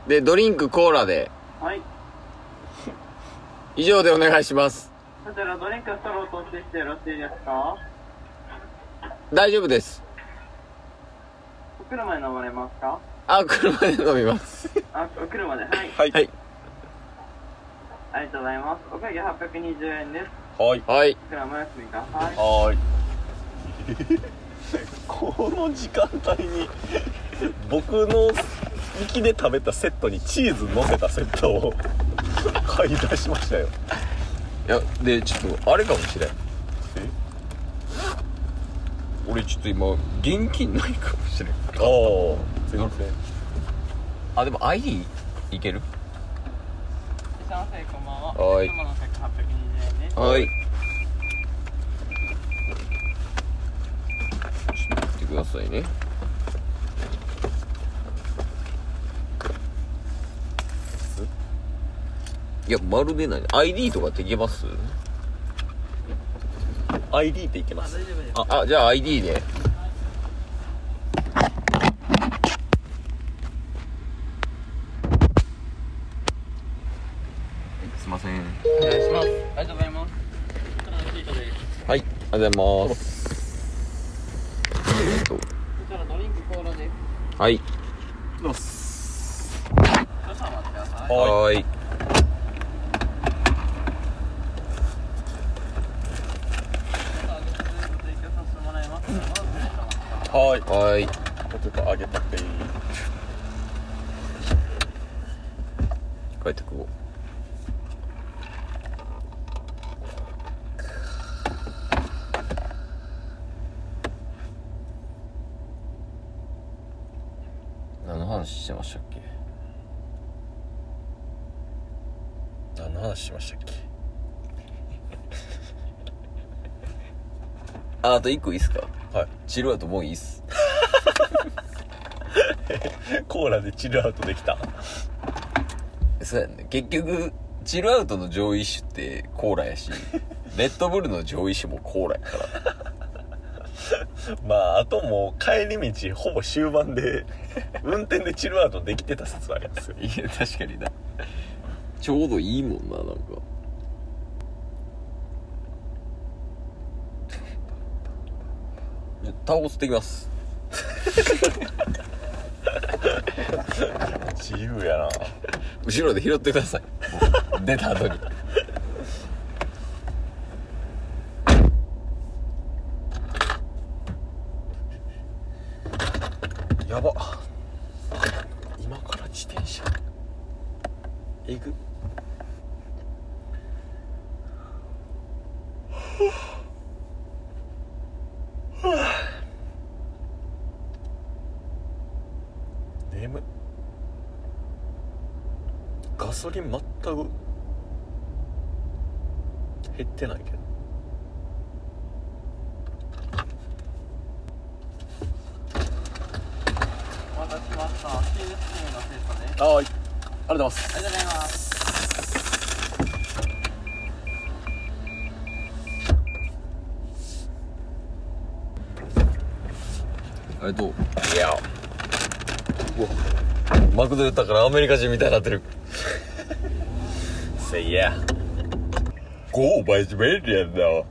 Speaker 1: でドリンクコーラで
Speaker 5: はい。
Speaker 1: 以上でお願いします
Speaker 5: こちらドリンクストローとおしてしてよろしいですか
Speaker 1: 大丈夫です
Speaker 5: お車に飲まれますか
Speaker 1: あ車で飲みます
Speaker 5: あ、お車で、はい。
Speaker 1: はいはい
Speaker 5: ありがとうございます。お会計820円です。
Speaker 3: はい
Speaker 1: はい
Speaker 5: お車お休みください。
Speaker 3: はーいこの時間帯に僕の行きで食べたセットにチーズ乗せたセットを買い出しましたよ
Speaker 1: やでちょっとあれかもしれん俺ちょっと今現金ないかもしれん
Speaker 3: ああ全然
Speaker 1: あでも ID いける
Speaker 5: いらっしゃいませ、こんばんは。
Speaker 1: はい
Speaker 5: お車のお客820円です。
Speaker 1: はい。ちょっと待ってくださいね。いや、まるでない。ID とかできます
Speaker 3: ID っていけます
Speaker 1: あ、あ、じゃあ ID で。すいません。
Speaker 5: お願いします。ありがとうございます。こちらのシートです。
Speaker 1: はい、ありがとうございます。
Speaker 5: こちらドリンクコーラです。
Speaker 1: はい。
Speaker 5: 少々お待ちください。
Speaker 1: はーい。
Speaker 5: 提供させてもらいます。
Speaker 3: はい
Speaker 1: はい。
Speaker 3: ポテト揚げたて
Speaker 1: 帰ってくこう。何の話してましたっけ
Speaker 3: 何の話しましたっけ
Speaker 1: ああと1個いいっすか
Speaker 3: はい
Speaker 1: チルアウトもういいっす
Speaker 3: コーラでチルアウトできた
Speaker 1: そうやね結局チルアウトの上位種ってコーラや しレッドブルの上位種もコーラやから
Speaker 3: まああともう帰り道ほぼ終盤 で運転でチルアウトできてた説はありますよ
Speaker 1: いや確かになちょうどいいもんななんかじゃタバコ吸ってきます
Speaker 3: 自由やな
Speaker 1: 後ろで拾ってくだ さい出た後に
Speaker 3: やば今から自転車行く眠いガソリン全く減ってないけど
Speaker 5: お待たせしました。シールスキーのセットです。
Speaker 3: はいありがとうございます
Speaker 5: ありがとうございます。
Speaker 1: ありがとう
Speaker 3: いや
Speaker 1: マクド言ったからアメリカ人みたいになってる
Speaker 3: Say yeah.
Speaker 1: Go by the million now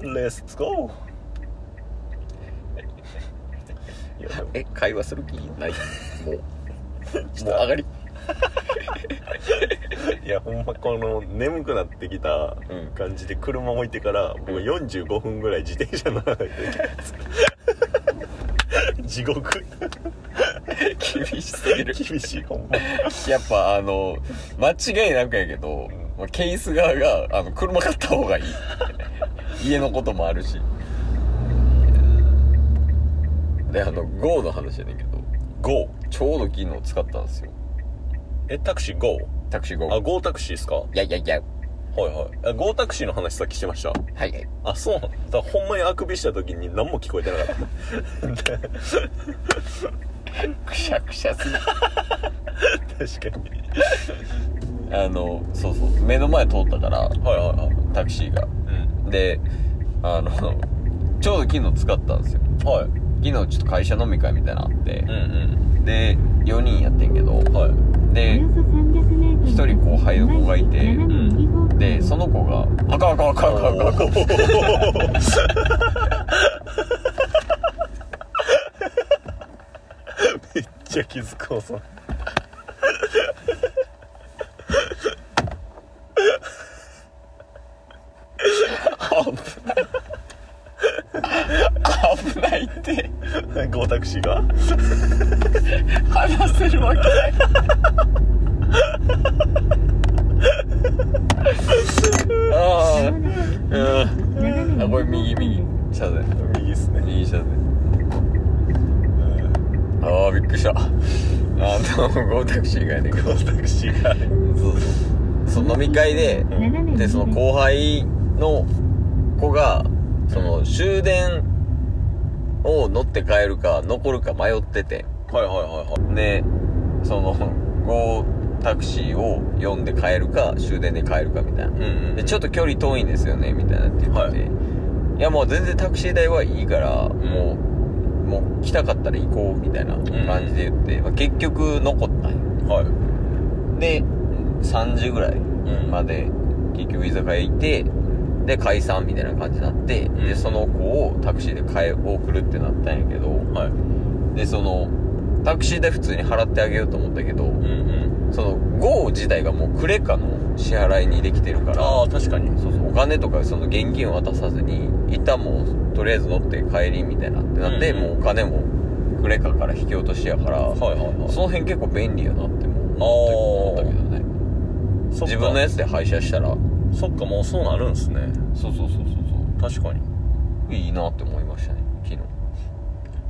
Speaker 3: Let's go. いやでも
Speaker 1: え会話する気ないも うもう上がり
Speaker 3: いやほんまこの眠くなってきた
Speaker 1: うん
Speaker 3: 感じで車置いてから僕45分ぐらい自転車乗らないといけないです地獄
Speaker 1: 厳しすぎる
Speaker 3: 厳しいほんま
Speaker 1: やっぱあの間違いなくやけど、まあケース側があの車買った方がいい家のこともあるしであの GO の話やねんけど
Speaker 3: GO
Speaker 1: ちょうど昨日使ったんですよ
Speaker 3: えタクシー GO
Speaker 1: タクシー GO
Speaker 3: あ GO タクシーですかはい
Speaker 1: やいやいや
Speaker 3: いはいあ GO タクシーの話さっきしてました
Speaker 1: はいはい
Speaker 3: あそうなんだだからほんまにあくびした時に何も聞こえてなかった
Speaker 1: くしゃくしゃする
Speaker 3: 確かに
Speaker 1: あのそうそう目の前通ったから
Speaker 3: はいはいはい
Speaker 1: タクシーが
Speaker 3: うん
Speaker 1: であのちょうど昨日使ったんですよ
Speaker 3: はい
Speaker 1: 昨日ちょっと会社飲み会みたいなのあって
Speaker 3: うん、うん
Speaker 1: で4人やってんけど
Speaker 3: はい
Speaker 4: お
Speaker 1: で
Speaker 4: よそ300メートル。
Speaker 1: 一人後輩の子がいて
Speaker 4: 斜め右方向
Speaker 1: でその子が「あかんあかんあかんあかんあかんあかん
Speaker 3: めっちゃ気づくわそれ
Speaker 1: 危ない」って
Speaker 3: ゴータクシーが
Speaker 1: 話せるわけないああ
Speaker 4: 斜め
Speaker 1: うんあこれ右右車線
Speaker 3: 右っすね
Speaker 1: 右車線ああびっくりしたあのゴータクシーがやねんけ
Speaker 3: ゴ
Speaker 1: ど
Speaker 3: ータクシーが
Speaker 1: そうそうその飲み会で
Speaker 4: 斜め右
Speaker 1: でその後輩の子がその終電を乗って帰るか残るか迷ってて
Speaker 3: はいはいはいは
Speaker 1: でその GO タクシーを呼んで帰るか終電で帰るかみたいない
Speaker 3: うんうん
Speaker 1: でちょっと距離遠いんですよねみたいなって言ってて、い、やもう全然タクシー代はいいから、もうもう来たかったら行こうみたいな感じで言って、まあ、結局残ったんよ
Speaker 3: はい
Speaker 1: で3時ぐらいまで結局居酒屋行ってで解散みたいな感じになって、
Speaker 3: ん
Speaker 1: でその子をタクシーで帰送るってなったんやけど
Speaker 3: はい
Speaker 1: でそのタクシー代普通に払ってあげようと思ったけど、
Speaker 3: うんうん
Speaker 1: その GO 自体がもうクレカの支払いにできてるから
Speaker 3: ああ確かに
Speaker 1: そうそうお金とかその現金を渡さずに一旦もうとりあえず乗って帰りみたいなってなって、
Speaker 3: うんうん
Speaker 1: もうお金もクレカから引き落としやから、
Speaker 3: はいはいはい
Speaker 1: その辺結構便利やなってもう思
Speaker 3: あー
Speaker 1: ったけどね
Speaker 3: そっか
Speaker 1: 自分のやつで廃車したら
Speaker 3: そっかもうそうなるんすね
Speaker 1: そうそうそうそうそ
Speaker 3: 確かにいう
Speaker 1: いいなって思いましたね昨日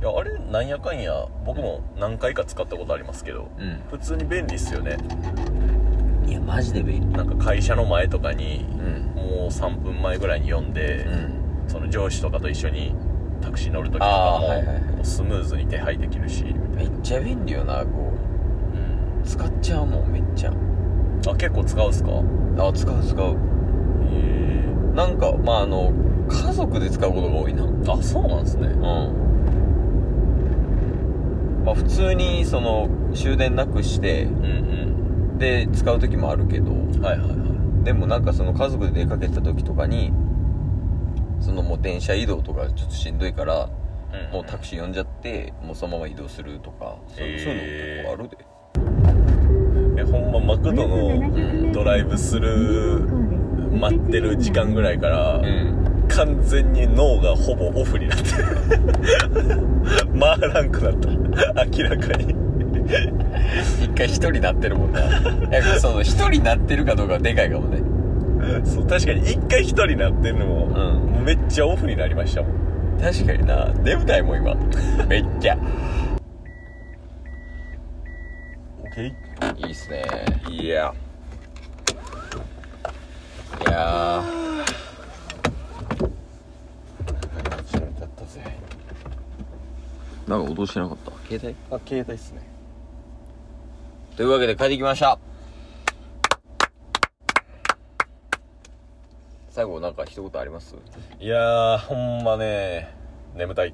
Speaker 3: やあれなんやかんや僕も何回か使ったことありますけど
Speaker 1: うん
Speaker 3: 普通に便利っすよね
Speaker 1: いやマジで便利
Speaker 3: なんか会社の前とかに
Speaker 1: うん
Speaker 3: もう3分前ぐらいに読んで
Speaker 1: う、ん
Speaker 3: その上司とかと一緒にタクシー乗るときと
Speaker 1: あ
Speaker 3: か
Speaker 1: ー
Speaker 3: も、
Speaker 1: はいはいはい
Speaker 3: こうスムーズに手配できるし、
Speaker 1: めっちゃ便利よなこ
Speaker 3: うん、
Speaker 1: う使っちゃうもんめっちゃ
Speaker 3: あ結構使うんすかへ
Speaker 1: あ使う使う
Speaker 3: え
Speaker 1: なんかまああの家族で使うことが多いなうん
Speaker 3: あそうなんですね
Speaker 1: まあ普通にその終電なくして
Speaker 3: うん
Speaker 1: で使う時もあるけど
Speaker 3: うんはいはいはい
Speaker 1: でもなんかその家族で出かけた時とかにそのもう電車移動とかちょっとしんどいから
Speaker 3: うん
Speaker 1: もうタクシー呼んじゃってもうそのまま移動するとかそう,、
Speaker 3: へー
Speaker 1: そういうの結構
Speaker 3: えほんまマクドのドライブスルー待ってる時間ぐらいから、
Speaker 1: あるでうん
Speaker 3: 完全に脳がほぼオフになってる 回らんくなった明らかに
Speaker 1: 一回一人なってるもん ないやその一人なってるかどうかはでかいかもね
Speaker 3: そう確かに一回一人になってるのも、
Speaker 1: うん
Speaker 3: もうめっちゃオフになりましたもん
Speaker 1: 確かにな眠たいもん今めっちゃ
Speaker 3: OK
Speaker 1: いいっすね
Speaker 3: いや
Speaker 1: いや
Speaker 3: 初めてやったぜ
Speaker 1: ーなんか音しなかった携帯
Speaker 3: あ携帯っすね
Speaker 1: というわけで帰ってきました最後なんか一言あります
Speaker 3: いやーほんまね眠たい